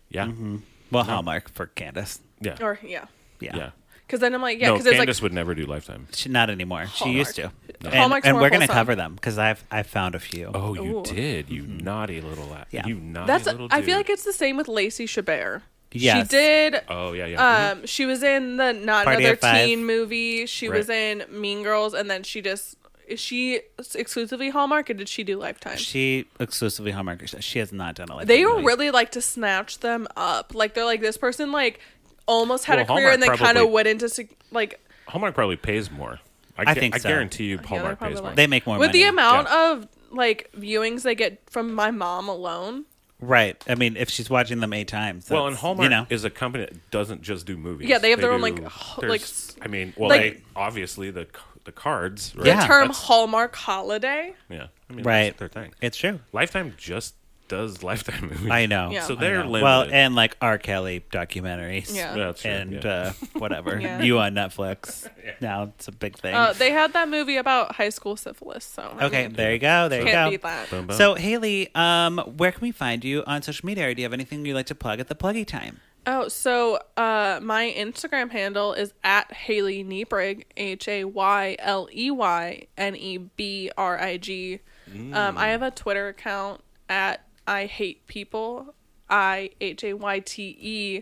Speaker 2: Yeah.
Speaker 1: Mm-hmm. Well, Hallmark for Candace.
Speaker 2: Yeah.
Speaker 3: or yeah
Speaker 1: Yeah.
Speaker 2: yeah.
Speaker 3: because then i'm like yeah
Speaker 2: no,
Speaker 3: because
Speaker 2: Candace
Speaker 3: it's like
Speaker 2: would never do Lifetime.
Speaker 1: She, not anymore. She used to.
Speaker 3: Hallmark.
Speaker 1: And,
Speaker 3: Hallmark's
Speaker 1: and
Speaker 3: more
Speaker 1: we're going to
Speaker 3: wholesome.
Speaker 1: cover them because I've I found a few.
Speaker 2: Oh, you
Speaker 3: Ooh.
Speaker 2: did. You naughty little. La-
Speaker 1: Yeah.
Speaker 2: You naughty
Speaker 3: that's
Speaker 2: little.
Speaker 3: i feel
Speaker 2: dude.
Speaker 3: like it's the same with lacey chabert
Speaker 1: Yes.
Speaker 3: she did
Speaker 2: Oh yeah, yeah.
Speaker 3: Um, she was in the Not
Speaker 1: Party
Speaker 3: Another
Speaker 1: of Five.
Speaker 3: Teen movie. She was in Mean Girls, and then she just is she exclusively Hallmark, or did she do Lifetime?
Speaker 1: She exclusively Hallmark. She has not done a like
Speaker 3: they don't really like to snatch them up. Like they're like this person like almost had
Speaker 2: Well,
Speaker 3: a career
Speaker 2: Hallmark
Speaker 3: and then kind of
Speaker 2: probably-
Speaker 3: went into sec- like
Speaker 2: Mm-hmm. Hallmark probably pays more. I,
Speaker 1: I
Speaker 2: gu-
Speaker 1: think
Speaker 2: I
Speaker 1: so.
Speaker 2: guarantee you, Hallmark
Speaker 3: probably
Speaker 2: pays more.
Speaker 3: like-
Speaker 1: They make more
Speaker 3: with
Speaker 1: money.
Speaker 3: the amount
Speaker 2: Oh, Yeah.
Speaker 3: of like viewings they get from my mom alone.
Speaker 1: Right. I mean, if she's watching them eight times.
Speaker 2: well,
Speaker 1: that's-
Speaker 2: and Hallmark
Speaker 1: you know,
Speaker 2: is a company that doesn't just do movies.
Speaker 3: Yeah, they have their own, like,
Speaker 2: do-
Speaker 3: h-
Speaker 2: there's- I
Speaker 3: like,
Speaker 2: mean, well,
Speaker 3: like-
Speaker 2: they obviously the c- the cards. Right?
Speaker 1: Yeah.
Speaker 3: Term
Speaker 2: That's-
Speaker 3: Hallmark holiday.
Speaker 2: Yeah, I mean,
Speaker 1: right.
Speaker 2: That's their thing.
Speaker 1: It's true.
Speaker 2: Lifetime just does Lifetime movies.
Speaker 1: I know.
Speaker 3: Yeah.
Speaker 2: So
Speaker 1: I
Speaker 2: they're
Speaker 1: know.
Speaker 2: limited.
Speaker 1: well, and like R. Kelly documentaries.
Speaker 3: Yeah.
Speaker 2: Yeah, that's true,
Speaker 1: And
Speaker 2: yeah.
Speaker 1: uh, whatever.
Speaker 3: Yeah.
Speaker 1: You on Netflix. Now it's a big thing.
Speaker 3: Uh, they had that movie about high school syphilis. So I
Speaker 1: okay.
Speaker 3: mean,
Speaker 1: There you go. There
Speaker 3: can't
Speaker 1: you
Speaker 3: beat
Speaker 1: go.
Speaker 3: that.
Speaker 2: Boom, boom.
Speaker 1: So Haley, um, where can we find you on social media? Or do you have anything you'd like to plug at the pluggy time?
Speaker 3: Oh, so uh, my Instagram handle is at Haley Nebrig, H A Y L E Y N E B R I G. Um, I have a Twitter account at I Hate People, I H A Y T E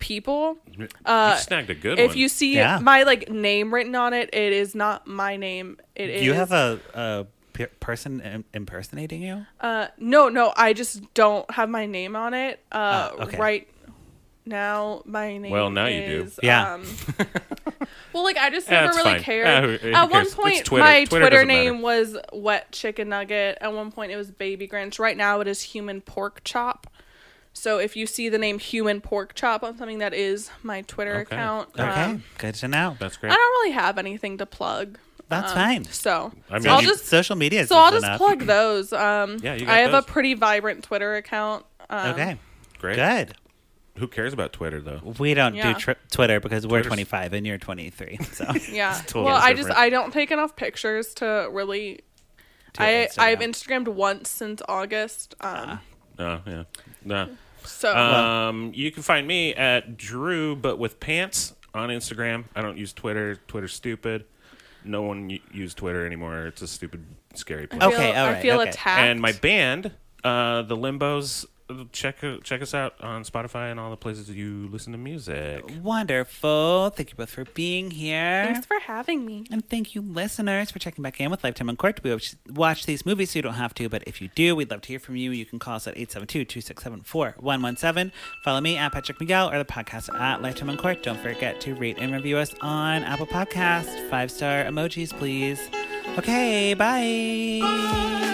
Speaker 3: people.
Speaker 2: you snagged a good
Speaker 3: Uh, If
Speaker 2: one.
Speaker 3: you see
Speaker 1: Yeah.
Speaker 3: my like name written on it, it is not my name. It is
Speaker 1: Do you have a, a pe- person im- impersonating you?
Speaker 3: uh, no, no. I just don't have my name on it uh,
Speaker 1: Ah, okay.
Speaker 3: right now. My name.
Speaker 2: Well, now you do.
Speaker 3: is,
Speaker 1: Yeah.
Speaker 3: Um, well, like I just
Speaker 2: Yeah,
Speaker 3: never
Speaker 2: it's
Speaker 3: really
Speaker 2: fine. Yeah, who-
Speaker 3: cared.
Speaker 2: who
Speaker 3: At one
Speaker 2: cares? It's
Speaker 3: point,
Speaker 2: Twitter.
Speaker 3: my
Speaker 2: Twitter
Speaker 3: Twitter,
Speaker 2: doesn't
Speaker 3: name was Wet Chicken Nugget. At one point, it was Baby Grinch. Right now, it is Human Pork Chop. So if you see the name Human Pork Chop on something, that is my Twitter
Speaker 2: Okay.
Speaker 3: account.
Speaker 1: Okay.
Speaker 3: Um,
Speaker 1: Good to know.
Speaker 2: that's
Speaker 3: I
Speaker 2: great.
Speaker 3: don't really have anything to plug.
Speaker 1: That's fine.
Speaker 3: So
Speaker 2: I mean,
Speaker 3: so I'll
Speaker 2: you-
Speaker 3: just
Speaker 1: Social media is
Speaker 3: so I'll
Speaker 1: is
Speaker 3: just
Speaker 1: enough.
Speaker 3: plug those. Um,
Speaker 2: Yeah, you got
Speaker 3: I have
Speaker 2: those.
Speaker 3: a pretty vibrant Twitter account. Um,
Speaker 1: Okay.
Speaker 2: Great.
Speaker 1: Good.
Speaker 2: Who cares about Twitter though?
Speaker 1: We don't
Speaker 3: Yeah.
Speaker 1: do tri- Twitter because we're
Speaker 2: Twitter's-
Speaker 1: 25 and you're 23. So
Speaker 3: Yeah.
Speaker 2: totally
Speaker 3: well, I just
Speaker 2: different.
Speaker 3: I don't take enough pictures to really.
Speaker 1: Do
Speaker 3: I
Speaker 1: Instagram.
Speaker 3: I've Instagrammed once since August. Um,
Speaker 2: Ah. No, yeah, no.
Speaker 3: so
Speaker 2: Um, you can find me at Drew, but with pants on Instagram. I don't use Twitter. Twitter's stupid. No one u- use Twitter anymore. It's a stupid, scary place.
Speaker 3: I
Speaker 1: okay,
Speaker 3: feel-
Speaker 1: all
Speaker 3: I
Speaker 1: right,
Speaker 3: feel
Speaker 1: okay.
Speaker 3: attacked.
Speaker 2: And my band, uh, the Limbos. Check check us out on Spotify and all the places you listen to music.
Speaker 1: Wonderful. Thank you both for being here.
Speaker 3: thanks for having me.
Speaker 1: And thank you, listeners, for checking back in with Lifetime Uncorked. We always watch these movies so you don't have to, but if you do, we'd love to hear from you. You can call us at 872 267 4117. Follow me at Patrick Miguel or the podcast at Lifetime Uncorked. Don't forget to rate and review us on Apple Podcasts. Five star emojis, please. Okay, bye.